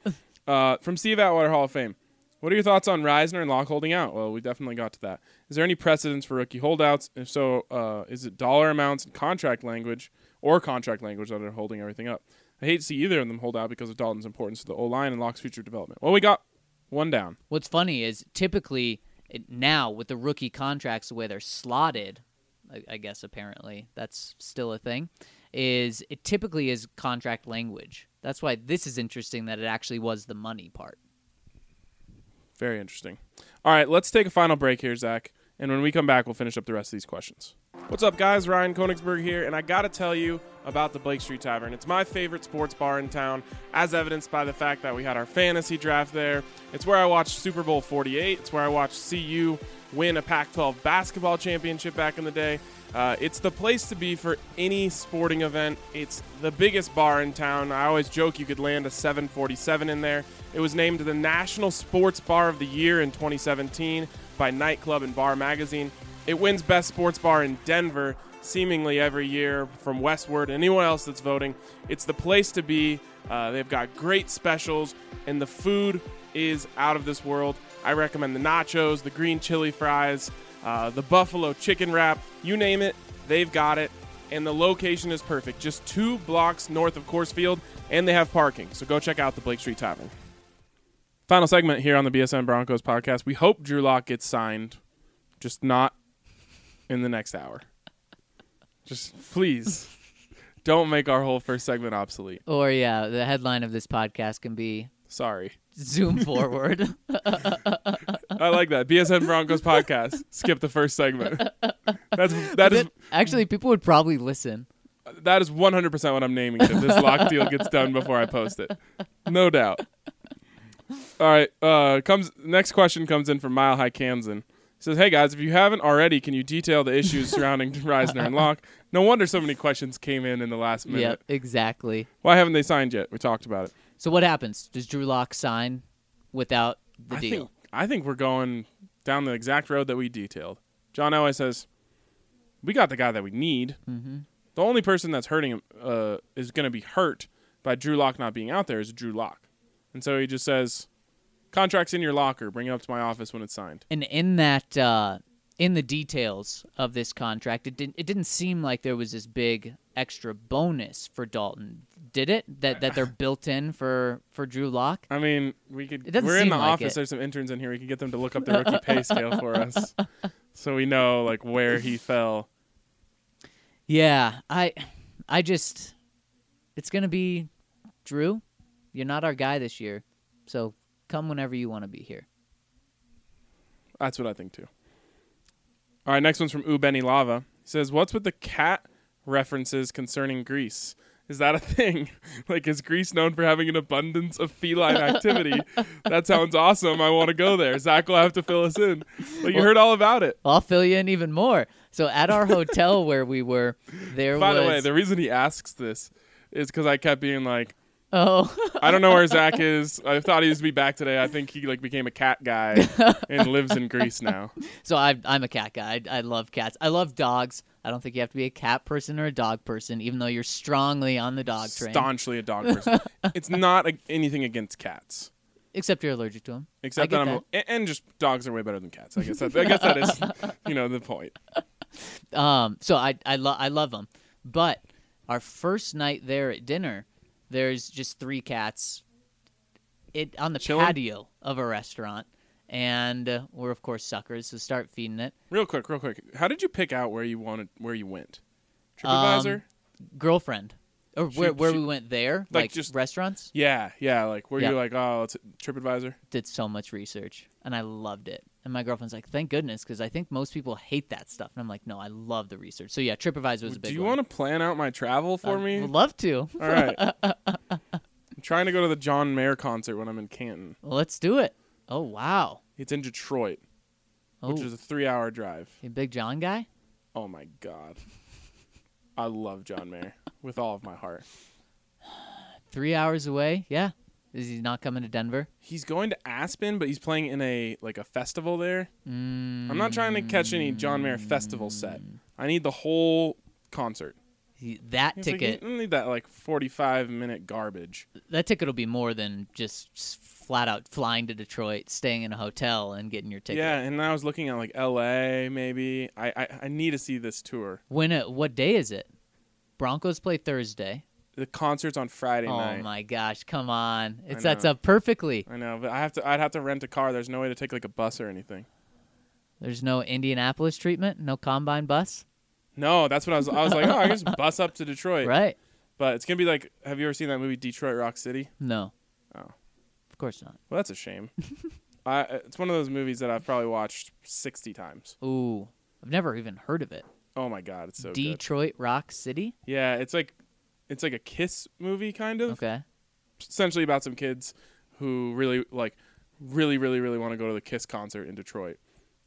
D: Uh, from Steve Atwater Hall of Fame. What are your thoughts on Reisner and Locke holding out? Well, we definitely got to that. Is there any precedence for rookie holdouts? If so, uh, is it dollar amounts and contract language or contract language that are holding everything up? I hate to see either of them hold out because of Dalton's importance to the O line and Locke's future development. Well, we got one down.
E: What's funny is typically it- now with the rookie contracts the way they're slotted, I, I guess apparently that's still a thing, is it typically is contract language. That's why this is interesting that it actually was the money part.
D: Very interesting. All right, let's take a final break here, Zach. And when we come back, we'll finish up the rest of these questions. What's up, guys? Ryan Konigsberg here, and I got to tell you about the Blake Street Tavern. It's my favorite sports bar in town, as evidenced by the fact that we had our fantasy draft there. It's where I watched Super Bowl 48, it's where I watched CU win a Pac 12 basketball championship back in the day. Uh, it's the place to be for any sporting event. It's the biggest bar in town. I always joke you could land a 747 in there. It was named the National Sports Bar of the Year in 2017 by Nightclub and Bar Magazine. It wins Best Sports Bar in Denver seemingly every year from Westward and anyone else that's voting. It's the place to be. Uh, they've got great specials, and the food is out of this world. I recommend the nachos, the green chili fries, uh, the buffalo chicken wrap, you name it, they've got it. And the location is perfect, just two blocks north of Coors Field, and they have parking. So go check out the Blake Street Tavern. Final segment here on the BSN Broncos podcast. We hope Drew Lock gets signed, just not in the next hour. Just please don't make our whole first segment obsolete.
E: Or yeah, the headline of this podcast can be
D: Sorry. [LAUGHS]
E: zoom forward.
D: I like that. BSN Broncos podcast. Skip the first segment. That's that is
E: actually people would probably listen.
D: that is 100% what I'm naming it. This lock deal gets done before I post it. No doubt. All right. Uh, comes next question comes in from Mile High Kansan. It says, "Hey guys, if you haven't already, can you detail the issues surrounding [LAUGHS] Reisner and Locke? No wonder so many questions came in in the last minute.
E: Yep, exactly.
D: Why haven't they signed yet? We talked about it.
E: So what happens? Does Drew Lock sign without the
D: I
E: deal?
D: think I think we're going down the exact road that we detailed. John Elway says, "We got the guy that we need. The only person that's hurting him uh, is going to be hurt by Drew Lock not being out there is Drew Lock." And so he just says, "Contracts in your locker. Bring it up to my office when it's signed."
E: And in that, uh, in the details of this contract, it didn't. It didn't seem like there was this big extra bonus for Dalton, did it? That that they're built in for for Drew Lock.
D: I mean, we could.
E: It doesn't
D: we're in
E: seem
D: the
E: like it.
D: office. There's some interns in here. We could get them to look up the rookie
E: [LAUGHS]
D: pay scale for us, so we know like where he fell.
E: Yeah, I, I just, it's gonna be Drew. You're not our guy this year, so come whenever you want to be here.
D: That's what I think too. All right, next one's from Ubeni Lava. He says, "What's with the cat references concerning Greece? Is that a thing? [LAUGHS] like, is Greece known for having an abundance of feline activity? that sounds awesome. I want to go there. Zach will have to fill us in. Like, you heard all about it.
E: Well, I'll fill you in even more. So at our
D: [LAUGHS]
E: hotel where we were, there
D: By
E: was.
D: the way, the reason he asks this is because I kept being like."
E: oh.
D: I don't know
E: [LAUGHS]
D: where Zach is. I thought he was to be back today. I think he like became a cat guy and lives in Greece now.
E: [LAUGHS] So I, I'm a cat guy. I, I love cats. I love dogs. I don't think you have to be a cat person or a dog person, even though you're strongly on the dog train.
D: Staunchly a dog person. it's not a, anything against cats.
E: [LAUGHS] Except you're allergic to them.
D: Except
E: I
D: that
E: get
D: I'm, a- and- and just dogs are way better than cats. I guess that, I guess
E: [LAUGHS]
D: that is, you know, the point.
E: Um, so I I, lo- I love them, but our first night there at dinner, there's just three cats, it on the
D: Chilling?
E: patio of a restaurant, and uh, we're of course suckers, so start feeding it.
D: Real quick, real quick. How did you pick out where you wanted, where you went? TripAdvisor.
E: Um, Girlfriend, or where
D: She-
E: where
D: she-
E: we went there,
D: like,
E: like,
D: just-
E: restaurants,
D: yeah, yeah. Like, were
E: yeah.
D: you like, oh, it's TripAdvisor?
E: did so much research, and I loved it. And my girlfriend's like, thank goodness, because I think most people hate that stuff. And I'm like, no, I love the research. So yeah, TripAdvisor was a big
D: Do you
E: one.
D: want to plan out my travel for
E: I'd
D: me?
E: love to.
D: All
E: [LAUGHS]
D: right. I'm trying to go to the John Mayer concert when I'm in Canton.
E: Well, let's do it. Oh, wow.
D: It's in Detroit,
E: Oh,
D: which is a three-hour drive.
E: you a Big John guy?
D: Oh my god. I love John Mayer [LAUGHS] with all of my heart.
E: Three hours away? Yeah. Is he not coming to Denver?
D: He's going to Aspen, but he's playing in a like a festival there. I'm not trying to catch any John Mayer festival set.
E: Mm.
D: I need the whole concert.
E: He, that
D: It's like,
E: ticket,
D: you don't need that like 45 minute garbage.
E: that ticket will be more than just s- flat out flying to Detroit, staying in a hotel, and getting your ticket.
D: Yeah, and I was looking at like L.A. Maybe I I, I need to see this tour.
E: When? It, what day is it? Broncos play Thursday.
D: The concert's on Friday
E: oh
D: night.
E: my gosh! Come on, it
D: I
E: sets
D: know.
E: up perfectly.
D: I know, but I have to. I'd have to rent a car. There's no way to take like a bus or anything.
E: There's no Indianapolis treatment, no combine bus,
D: No, that's what I was. I was like, oh, I
E: [LAUGHS]
D: can just bus up to Detroit.
E: right?
D: But it's gonna be like, have you ever seen that movie Detroit Rock City?
E: No.
D: Oh.
E: Of course not.
D: Well, that's
E: [LAUGHS]
D: a shame. I, it's one of those movies that I've probably watched 60 times.
E: Ooh, I've never even heard of it.
D: Oh my god, it's so good.
E: Detroit Rock City.
D: Yeah, it's like, it's like a Kiss movie kind of.
E: Okay.
D: Essentially about some kids who really like, really, really, really want to go to the Kiss concert in Detroit,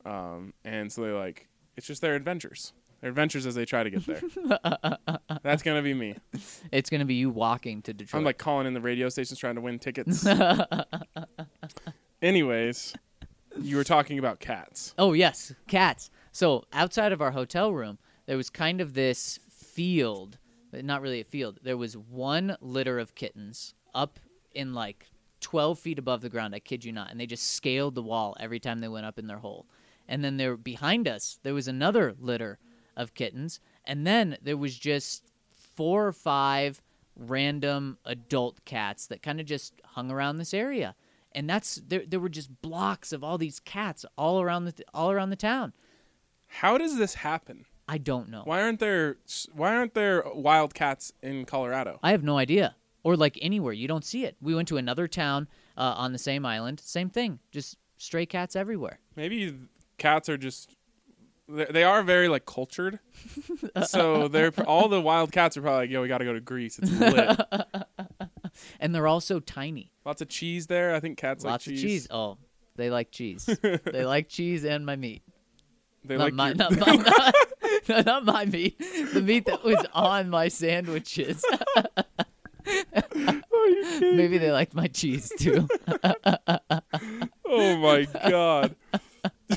D: um, and so they like, it's just their adventures, their adventures as they try to
E: [LAUGHS]
D: get there. that's gonna be me.
E: It's gonna be you walking to Detroit.
D: I'm like calling in the radio stations trying to
E: [LAUGHS]
D: win tickets. Anyways, you were talking about cats.
E: Oh yes, cats. So outside of our hotel room, there was kind of this field, but not really a field. There was one litter of kittens up in like 12 feet above the ground. I kid you not, and they just scaled the wall every time they went up in their hole. And then there behind us, there was another litter of kittens, and then there was just four or five random adult cats that kind of just hung around this area and that's there there were just blocks of all these cats all around the all around the town
D: How does this happen?
E: i don't know
D: Why aren't there why aren't there wild cats in Colorado?
E: i have no idea or like anywhere you don't see it we went to another town uh, on the same island same thing just stray cats everywhere
D: Maybe cats are just they they are very
E: [LAUGHS]
D: like cultured. so they're all the wild cats are probably like, "Yo, we got to go to Greece. It's lit."
E: [LAUGHS] and they're all so tiny
D: Lots of cheese there. I think cats
E: lots
D: like
E: of
D: cheese.
E: cheese oh they like
D: [LAUGHS]
E: cheese they like cheese and my meat
D: They
E: not
D: like
E: my
D: your-
E: not my not, no, not [LAUGHS] my meat the meat that was on my
D: [LAUGHS]
E: sandwiches maybe they liked my cheese too
D: [LAUGHS] Oh my god.
E: [LAUGHS]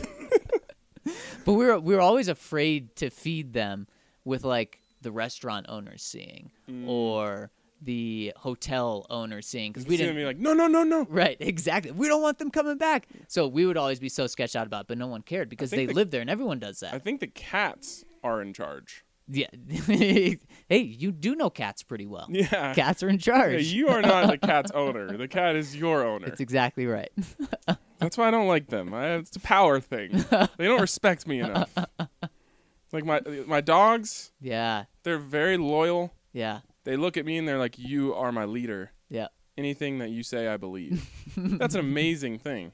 E: But we were we were always afraid to feed them with like the restaurant owners seeing
D: Mm.
E: or the hotel owner seeing because we
D: It's gonna
E: didn't.
D: be like, "No, no, no, no."
E: Right, exactly. We don't want them coming back. So we would always be so sketched out about, it, but no one cared because
D: think
E: they
D: the-
E: lived there and everyone does that.
D: I think the cats are in charge.
E: yeah. [LAUGHS] hey, you do know cats pretty well.
D: Yeah.
E: Cats are in charge.
D: Yeah, you are not
E: [LAUGHS]
D: the cat's owner. The cat is your owner.
E: That's exactly right. [LAUGHS]
D: That's why I don't like them. I, it's a power thing. they don't respect me enough. It's like my my dogs.
E: yeah.
D: They're very loyal.
E: Yeah.
D: They look at me and they're like, "You are my leader.
E: Yeah.
D: Anything that you say, I believe."
E: [LAUGHS]
D: That's an amazing thing.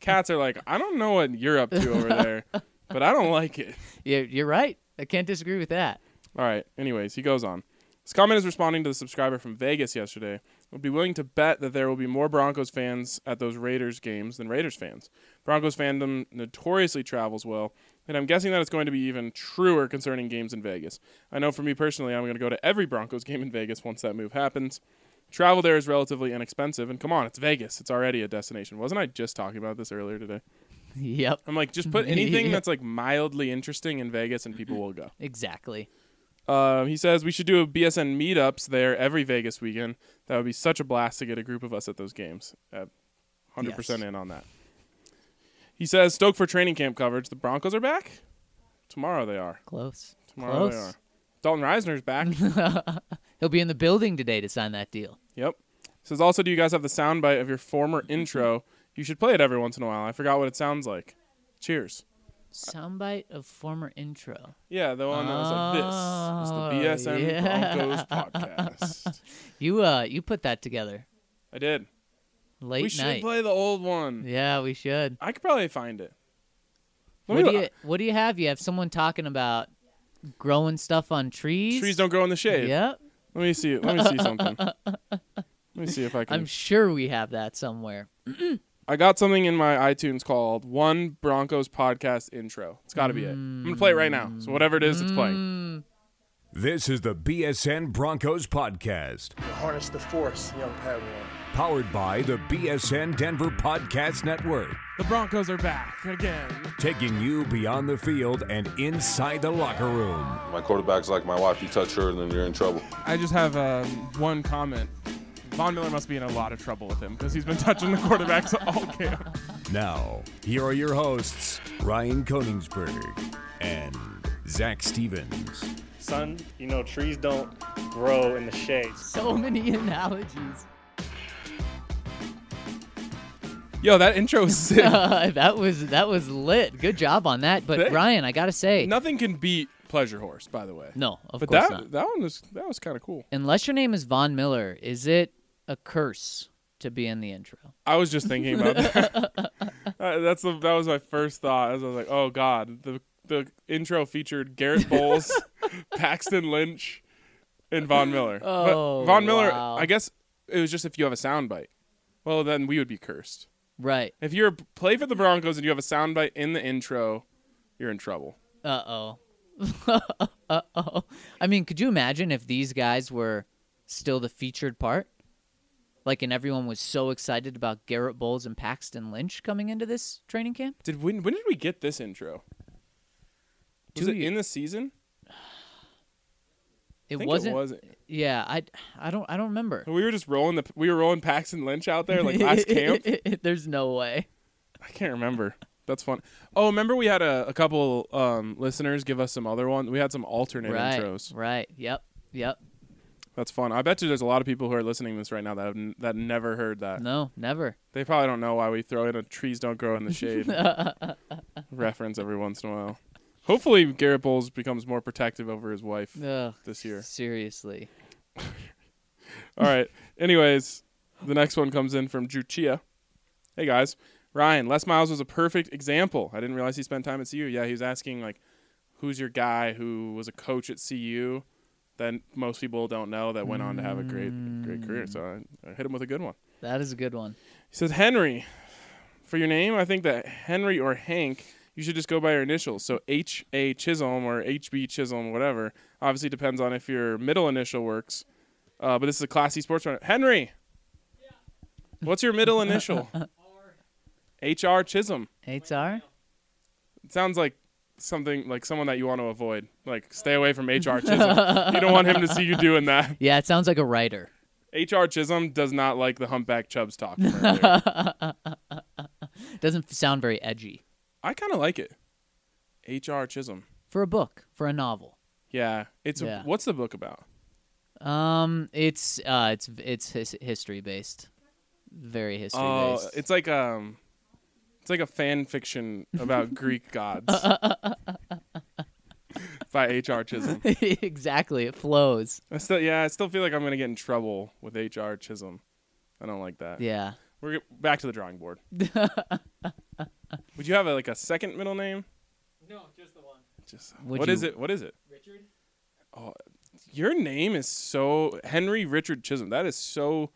D: Cats are like, "I don't know what you're up to over there, but I don't like it."
E: [LAUGHS] Yeah, you're right. I can't disagree with that.
D: All right. Anyways, he goes on. This comment is responding to the subscriber from Vegas yesterday. Would be willing to bet that there will be more Broncos fans at those Raiders games than Raiders fans. Broncos fandom notoriously travels well, and I'm guessing that it's going to be even truer concerning games in Vegas. I know for me personally, I'm going to go to every Broncos [LAUGHS] game in Vegas once that move happens. Travel there is relatively inexpensive, and come on, it's Vegas. It's already a destination. Wasn't I just talking about this earlier today?
E: [LAUGHS] Yep.
D: I'm like, just put
E: [LAUGHS]
D: anything
E: Yeah.
D: that's like mildly interesting in Vegas, and people will go.
E: Exactly.
D: Um, he says we should do a BSN meetups there every Vegas weekend. That would be such a blast to get a group of us at those games. Uh, 100%
E: Yes.
D: in on that. He says Stoke for training camp coverage. The Broncos are back? Tomorrow they are.
E: Close.
D: Tomorrow they
E: Close.
D: are. Dalton Reisner's back.
E: [LAUGHS] He'll be in the building today to sign that deal. Mm-hmm.
D: yep. Says also, do you guys have the soundbite of your former intro? You should play it every once in a while. I forgot what it sounds like. Cheers.
E: Soundbite of former intro.
D: Yeah, the one that was like this is the
E: Oh,
D: BSN
E: yeah. [LAUGHS]
D: Broncos podcast.
E: You uh you put that together
D: I did.
E: late
D: we should
E: night.
D: play the old one.
E: yeah, we should.
D: I could probably find it. Let
E: what
D: me
E: do
D: look.
E: you What do you have? You have someone talking about growing stuff on trees.
D: Trees don't grow in the shade.
E: Yep.
D: Let me see. Let me see something.
E: [LAUGHS]
D: Let me see if I can.
E: I'm sure we have that somewhere.
D: I got something in my iTunes called One Broncos Podcast Intro. It's got to be it. I'm gonna play it right now. So whatever it is, it's
H: Mm.
D: playing.
H: This is the BSN Broncos podcast,
I: Harness the force, young Padawan.
H: powered by the BSN Denver Podcast Network,
D: The Broncos are back again.
H: taking you beyond the field and inside the locker room.
J: My quarterback's like my wife. You touch her, and then you're in trouble.
D: I just have um, one comment. Von Miller must be in a lot of trouble with him because he's been touching the quarterbacks all [LAUGHS] game.
H: Now, here are your hosts, Ryan Koningsberg and Zach Stevens.
K: Son, you know, trees don't grow in the shade.
E: So many analogies.
D: Yo, that intro is
E: [LAUGHS]
D: sick.
E: that was that was lit. Good job on that. But
D: Thanks.
E: Ryan, I gotta say,
D: Nothing can beat Pleasure Horse, by the way.
E: no, of
D: but
E: course
D: that
E: not.
D: that one was that was kind of cool.
E: Unless your name is Von Miller, is it a curse to be in the intro?
D: I was just thinking
E: [LAUGHS]
D: about that. [LAUGHS] Uh, that's the, that was my first thought. As I was like, oh god, the the intro featured
E: [LAUGHS]
D: Garrett Bowles, Paxton Lynch, and Von Miller.
E: Oh,
D: but Von Miller,
E: wow.
D: I guess it was just if you have a soundbite. Well, then we would be cursed.
E: Right.
D: If you're play for the Broncos and you have a soundbite in the intro, you're in trouble.
E: Uh [LAUGHS] oh. uh oh. I mean, could you imagine if these guys were still the featured part? Like, and everyone was so excited about Garrett Bowles and Paxton Lynch coming into this training camp?
D: Did when when did we get this intro? Was
E: Two
D: it
E: ye-
D: in the season?
E: It
D: I think
E: wasn't.
D: It wasn't.
E: Yeah, I, I don't I don't remember.
D: We were just rolling the we were rolling Paxton Lynch out there like last camp.
E: [LAUGHS] There's no way.
D: I can't remember. That's fun. Oh, remember we had a, a couple um, listeners give us some other one. We had some alternate
E: right.
D: intros.
E: Right. Yep. Yep.
D: That's fun. I bet you there's a lot of people who are listening to this right now that have n- that never heard that.
E: No, never.
D: They probably don't know why we throw in a "trees don't grow in
E: [LAUGHS]
D: the shade" reference every once in a while. Hopefully, Garrett Bowles becomes more protective over his wife
E: Ugh.
D: this year.
E: Seriously.
D: [LAUGHS] All right. Anyways, the next one comes in from Juchia. Hey guys, Ryan. Les Miles was a perfect example. I didn't realize he spent time at CU. Yeah, he was asking like, who's your guy who was a coach at CU that most people don't know that went on to have a great
E: Mm.
D: great career. So I, I hit him with a good one.
E: That is a good one.
D: He says Henry. For your name, I think that Henry or Hank, you should just go by your initials. So H A Chisholm or H B Chisholm, whatever. Obviously depends on if your middle initial works. Uh, but this is a classy sports runner. Henry. What's your
E: [LAUGHS]
D: middle initial? H R Chisholm.
E: HR?
D: It sounds like something like someone that you want to avoid. Like stay away from H R Chisholm. you don't want him to see you doing that.
E: Yeah, it sounds like a writer.
D: H R Chisholm does not like the humpback Chubbs
E: [LAUGHS]
D: talk. from earlier.
E: Doesn't sound very edgy.
D: I kind of like it. H.R. Chisholm.
E: For a book, for a novel.
D: Yeah, it's
E: Yeah.
D: what's the book about?
E: Um it's uh it's it's his, history based. Very history
D: Oh,
E: based.
D: it's like um, it's like a fan fiction
E: [LAUGHS]
D: about Greek gods by H.R.
E: [LAUGHS]
D: Chisholm.
E: exactly. It flows.
D: I still, yeah, I still feel like I'm gonna get in trouble with H.R. Chisholm. I don't like that.
E: Yeah.
D: We're get- back to the drawing board. Would you have a, like a second middle name? No, just the one. Just
E: Would
D: what is
E: you-
D: it? What is it? Richard. Oh, your name is so Henry Richard Chisholm. That is so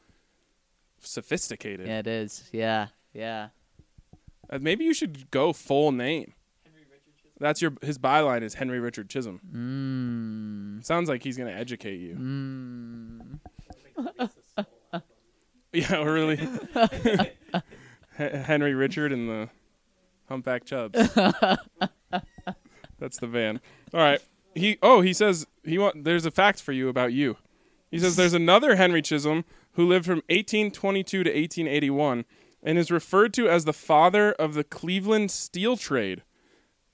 D: sophisticated.
E: Yeah, it is. Yeah. Yeah.
D: Uh, maybe you should go full name. That's your his byline is Henry Richard Chisholm. Mm. Sounds like he's gonna educate you. yeah, [LAUGHS] or really. Hen- Henry Richard and the Humpback Chubs. That's the van. All right. He oh he says he want there's a fact for you about you. He says there's another Henry Chisholm who lived from 1822 to 1881 and is referred to as the father of the Cleveland steel trade.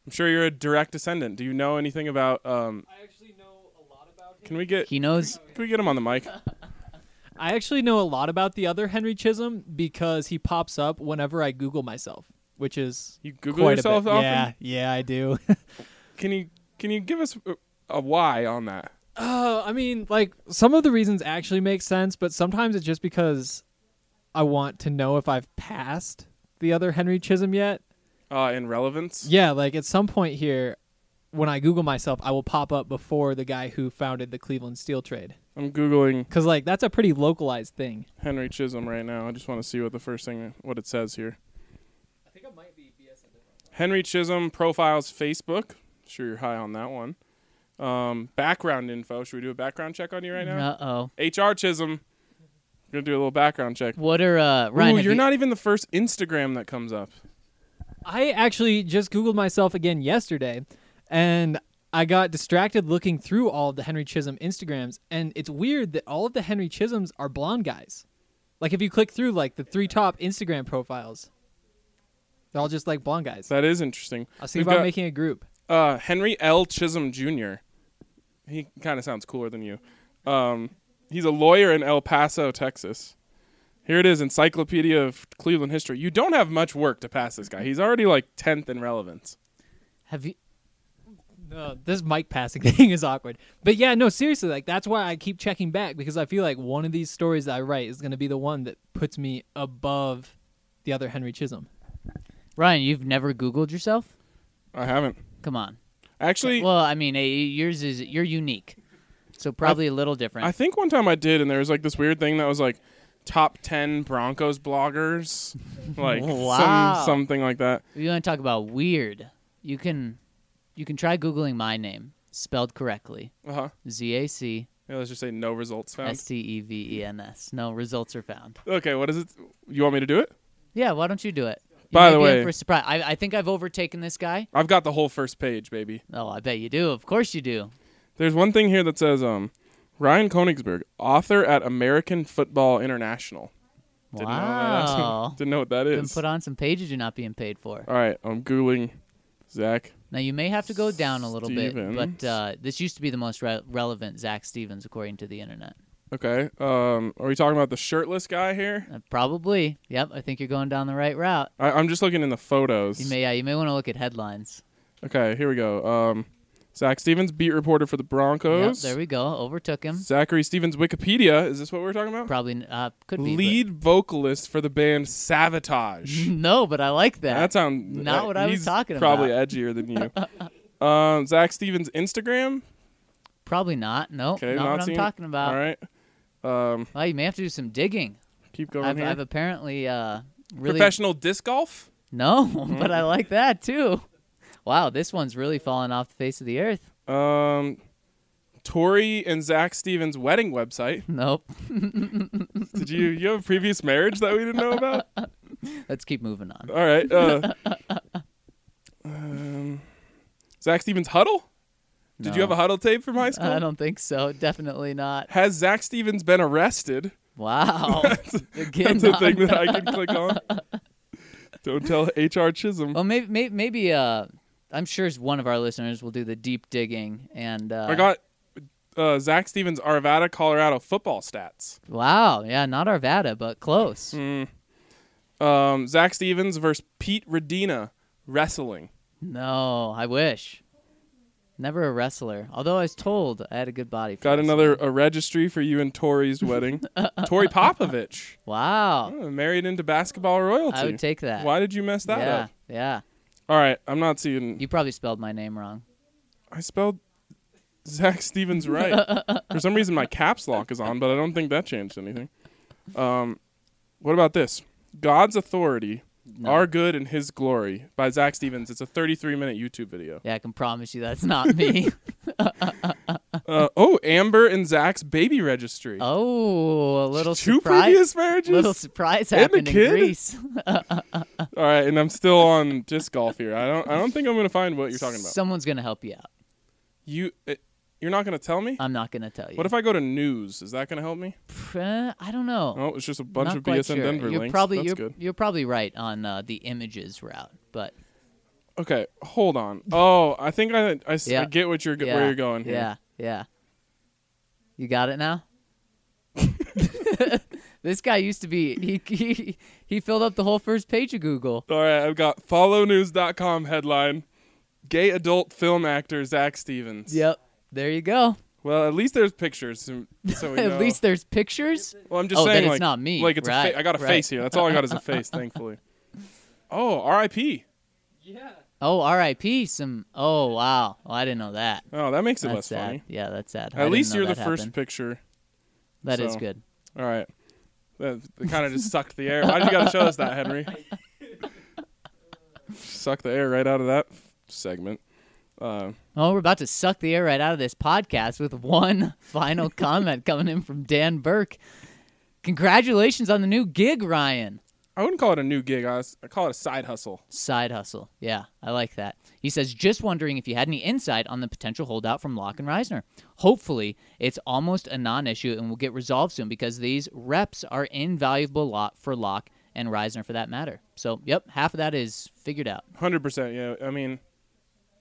D: I'm sure you're a direct descendant. Do you know anything about? Um, I actually know a lot about him. Can we get
E: He knows
D: can we get him on the mic?
G: [LAUGHS] I actually know a lot about the other Henry Chisholm because he pops up whenever I Google myself, which is
D: You Google
G: quite a
D: yourself
G: bit.
D: often.
G: Yeah, yeah, I do. [LAUGHS]
D: Can you can you give us a, a why on that?
G: Uh, I mean, like some of the reasons actually make sense, but sometimes it's just because I want to know if I've passed the other Henry Chisholm yet.
D: Uh, in relevance?
G: Yeah, like at some point here, when I Google myself, I will pop up before the guy who founded the Cleveland steel trade.
D: I'm Googling.
G: Because, like, that's a pretty localized thing.
D: Henry Chisholm right now. I just want to see what the first thing, what it says here. Henry Chisholm profiles Facebook. Sure, you're high on that one. Um, background info. Should we do a background check on you right now?
E: Uh-oh.
D: HR Chisholm. Gonna do a little background check.
E: What are uh, Ryan?
D: Ooh,
E: have
D: you're
E: you-
D: not even the first Instagram that comes up.
G: I actually just Googled myself again yesterday, and I got distracted looking through all of the Henry Chisholm Instagrams, and it's weird that all of the Henry Chisholms are blonde guys. Like, if you click through, like, the three top Instagram profiles, they're all just, like, blonde guys.
D: That is interesting.
G: I was thinking
D: We've
G: about
D: got,
G: making a group.
D: uh, Henry L. Chisholm Jr. He kind of sounds cooler than you. Um, he's a lawyer in El Paso, Texas. Here it is, Encyclopedia of Cleveland History. You don't have much work to pass this guy. He's already like tenth in relevance.
E: Have you?
G: No, this mic passing [LAUGHS] thing is awkward. But yeah, no, seriously, like that's why I keep checking back because I feel like one of these stories that I write is going to be the one that puts me above the other Henry Chisholm.
E: Ryan, you've never Googled yourself?
D: I haven't.
E: Come on.
D: Actually,
E: well, I mean, eh, yours is you're unique, so probably a little different.
D: I think one time I did, and there was like this weird thing that was like top ten Broncos
E: [LAUGHS]
D: bloggers, like
E: Wow.
D: some, something like that.
E: you want to talk about weird? You can, you can try googling my name spelled correctly.
D: Uh-huh.
E: Z A C
D: Yeah, let's just say no results found.
E: S T E V E N S. No results are found.
D: Okay, what is it? You want me to do it?
E: Yeah, why don't you do it? You
D: By
E: might
D: the
E: be in
D: way-
E: for a surprise. I, I think I've overtaken this guy.
D: I've got the whole first page, baby.
E: Oh, I bet you do. Of course you do.
D: There's one thing here that says um, Ryan Konigsberg, author at American Football International. Didn't [LAUGHS] Know
E: Wow.
D: that. Oh, Didn't know what that
E: Oh. Then
D: is.
E: put on some pages you're not being paid for.
D: All right, I'm googling Zach.
E: Now you may have to go down a little bit,
D: Stevens.
E: but uh, this used to be the most re- relevant Zach Stevens according to the internet.
D: Okay, um, are we talking about the shirtless guy here?
E: Uh, probably. Yep. I think you're going down the right route.
D: I, I'm just looking in the photos.
E: You may. Yeah. You may want to look at headlines.
D: Okay, here we go. Um, Zach Stevens, beat reporter for the
E: Yep,
D: Broncos.
E: there we go. Overtook him. [LAUGHS]
D: Zachary Stevens Wikipedia. Is this what we're talking about?
E: Probably uh, could be. but-
D: Lead vocalist for the band Sabotage.
E: no, but I like [LAUGHS] that.
D: That sounds
E: not what I was talking
D: Probably
E: about.
D: edgier than
E: [LAUGHS]
D: you. um, Zach Stevens Instagram.
E: Probably not. No,
D: Okay,
E: not,
D: not
E: what I'm
D: seeing-
E: talking about.
D: All right. Um,
E: Well, you may have to do some digging.
D: keep going
E: I've,
D: here.
E: I've apparently uh, really
D: Professional Hmm. disc golf.
E: no, [LAUGHS] but I like that too. Wow, this one's really fallen off the face of the earth.
D: Um, Tori and Zach Stevens wedding website.
E: Nope.
D: [LAUGHS] Did you you have a previous marriage that we didn't
E: [LAUGHS]
D: know about?
E: Let's keep moving on.
D: All right. Uh,
E: [LAUGHS]
D: um, Zach Stevens huddle. Did you
E: No.
D: have a huddle tape from high school?
E: [LAUGHS] I don't think so. Definitely not.
D: Has Zach Stevens been arrested?
E: Wow. [LAUGHS] Again,
D: [LAUGHS] That's a
E: not-
D: thing that
E: [LAUGHS]
D: I can click on. Don't [LAUGHS] tell H.R. Chisholm.
E: Well, maybe, maybe, maybe uh, I'm sure one of our listeners will do the deep digging. And uh,
D: I got uh, Zach Stevens Arvada, Colorado football stats.
E: wow, yeah, not Arvada, but close.
D: Hmm. Um, Zach Stevens versus Pete Redina wrestling.
E: No, I wish. Never a wrestler. Although I was told I had a good body. For
D: Got
E: wrestling.
D: another a registry for you and
E: [LAUGHS]
D: Tori's wedding. [LAUGHS] Tori Popovich
E: Wow.
D: uh, married into basketball royalty.
E: I would take that.
D: Why did you mess that
E: yeah,
D: up?
E: yeah.
D: All right, I'm not seeing.
E: You probably spelled my name wrong.
D: I spelled Zach Stevens [LAUGHS] right. For some reason, my caps lock is on, but I don't think that changed anything. Um, what about this? God's Authority, Our Good and His Glory by Zach Stevens. It's a 33 minute YouTube video.
E: Yeah, I can promise you that's not me.
D: [LAUGHS]
E: [LAUGHS]
D: Uh, oh, Amber and Zach's Baby Registry.
E: oh, a little
D: Two
E: surprise.
D: previous marriages?
E: Little surprise
D: And a
E: happened in
D: kid?
E: Greece. [LAUGHS] Uh,
D: All right, and I'm still on disc golf here. I don't. I don't think I'm gonna find what you're talking about.
E: Someone's gonna help you out.
D: you, it, you're not gonna tell me.
E: I'm not gonna tell you.
D: What if I go to news? Is that gonna help me?
E: Pr- I don't know.
D: Oh, it's just a bunch
E: Not
D: of
E: quite
D: BSN
E: sure.
D: Denver
E: you're
D: links.
E: Probably,
D: That's
E: you're,
D: good.
E: you're probably right on uh, the images route, but
D: Okay, hold on. Oh, I think I I, s- I
E: Yeah.
D: get what you're go-
E: yeah,
D: where you're going here.
E: Yeah, yeah. You got it
D: [LAUGHS]
E: now. [LAUGHS] this guy used to be he, he he filled up the whole first page of Google.
D: All right, I've got follownews.com headline: Gay adult film actor Zach Stevens.
E: Yep, there you go.
D: Well, at least there's pictures, so, so we know.
E: [LAUGHS] At least there's pictures.
D: Oh, Well, I'm just
E: Oh, then
D: saying,
E: it's
D: like,
E: not me.
D: Like it's a
E: Right,
D: fa- I got a
E: [LAUGHS] right.
D: face here. That's all I got is a face, thankfully. Oh, R.I.P.
G: Yeah.
E: Oh, R.I.P. Some. Oh, wow. Well, I didn't know that.
D: Oh, that makes it
E: That's
D: less
E: sad.
D: funny.
E: Yeah, that's sad. I
D: At
E: didn't
D: least
E: know
D: you're
E: that
D: the first
E: happened.
D: picture.
E: That is
D: So,
E: good.
D: All right. That kind of just sucked the air. Why'd you got to show us
G: [LAUGHS]
D: that, Henry? Suck the air right out of that segment. Uh,
E: Well, Oh, we're about to suck the air right out of this podcast with one [LAUGHS] final comment coming in from Dan Burke. Congratulations on the new gig, Ryan.
D: I wouldn't call it a new gig. I, s- I call it a side hustle.
E: Side hustle. Yeah, I like that. He says, just wondering if you had any insight on the potential holdout from Locke and Reisner. Hopefully, it's almost a non issue and will get resolved soon because these reps are invaluable lot for Locke and Reisner for that matter. So, yep, half of that is figured out.
D: Hundred percent. Yeah, I mean,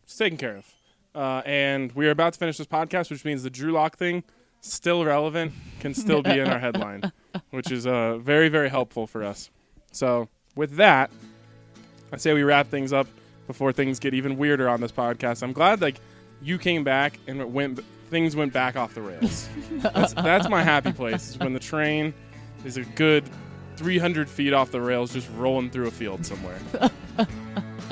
D: it's taken care of. Uh, and we are about to finish this podcast, which means the Drew Lock thing, still relevant, can still be in our headline, which is uh, very, very helpful for us. So, with that, I say we wrap things up before things get even weirder on this podcast. I'm glad like you came back and it went things went back off the rails. that's, that's my happy place is when the train is a good 300 feet off the rails, just rolling through a field somewhere.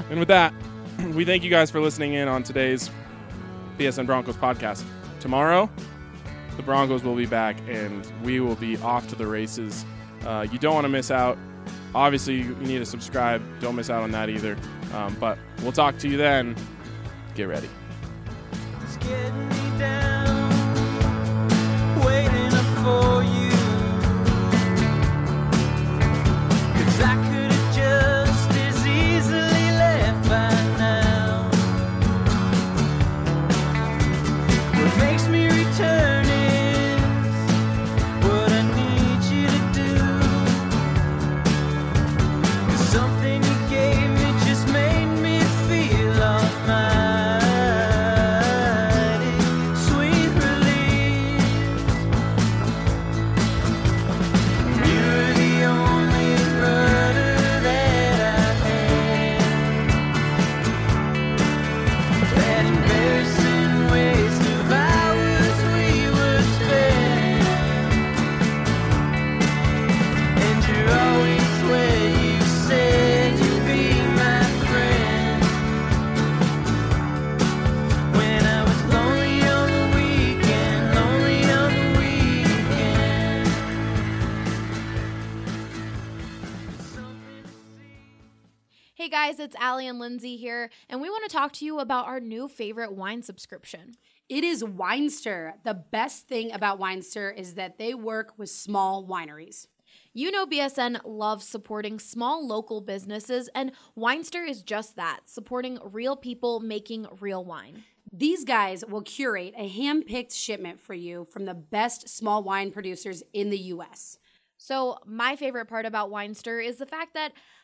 D: And with that, [CLEARS THROAT] we thank you guys for listening in on today's BSN Broncos podcast. Tomorrow, the Broncos will be back and we will be off to the races. Uh, you don't want to miss out. Obviously, you you need to subscribe. Don't miss out on that either. Um, but we'll talk to you then. Get ready.
C: waiting up for you. 'Cause I could have just as easily left by now. What makes me return is what I need you to do. 'Cause something you gave me just made me feel almighty. Sweet relief. You're the only brother that I had. That embarrassing waste of hours we would spend, and you're always where you said you'd be, my friend. When I was lonely on the weekend, lonely on the weekend.
A: Hey guys, it's Allie and Lindsay here, and we want to talk to you about our new favorite wine subscription.
L: It is Winester. The best thing about Winester is that they work with small wineries.
A: You know, BSN loves supporting small local businesses, and Winester is just that supporting real people making real wine.
L: These guys will curate a hand picked shipment for you from the best small wine producers in the US.
A: So, my favorite part about Winester is the fact that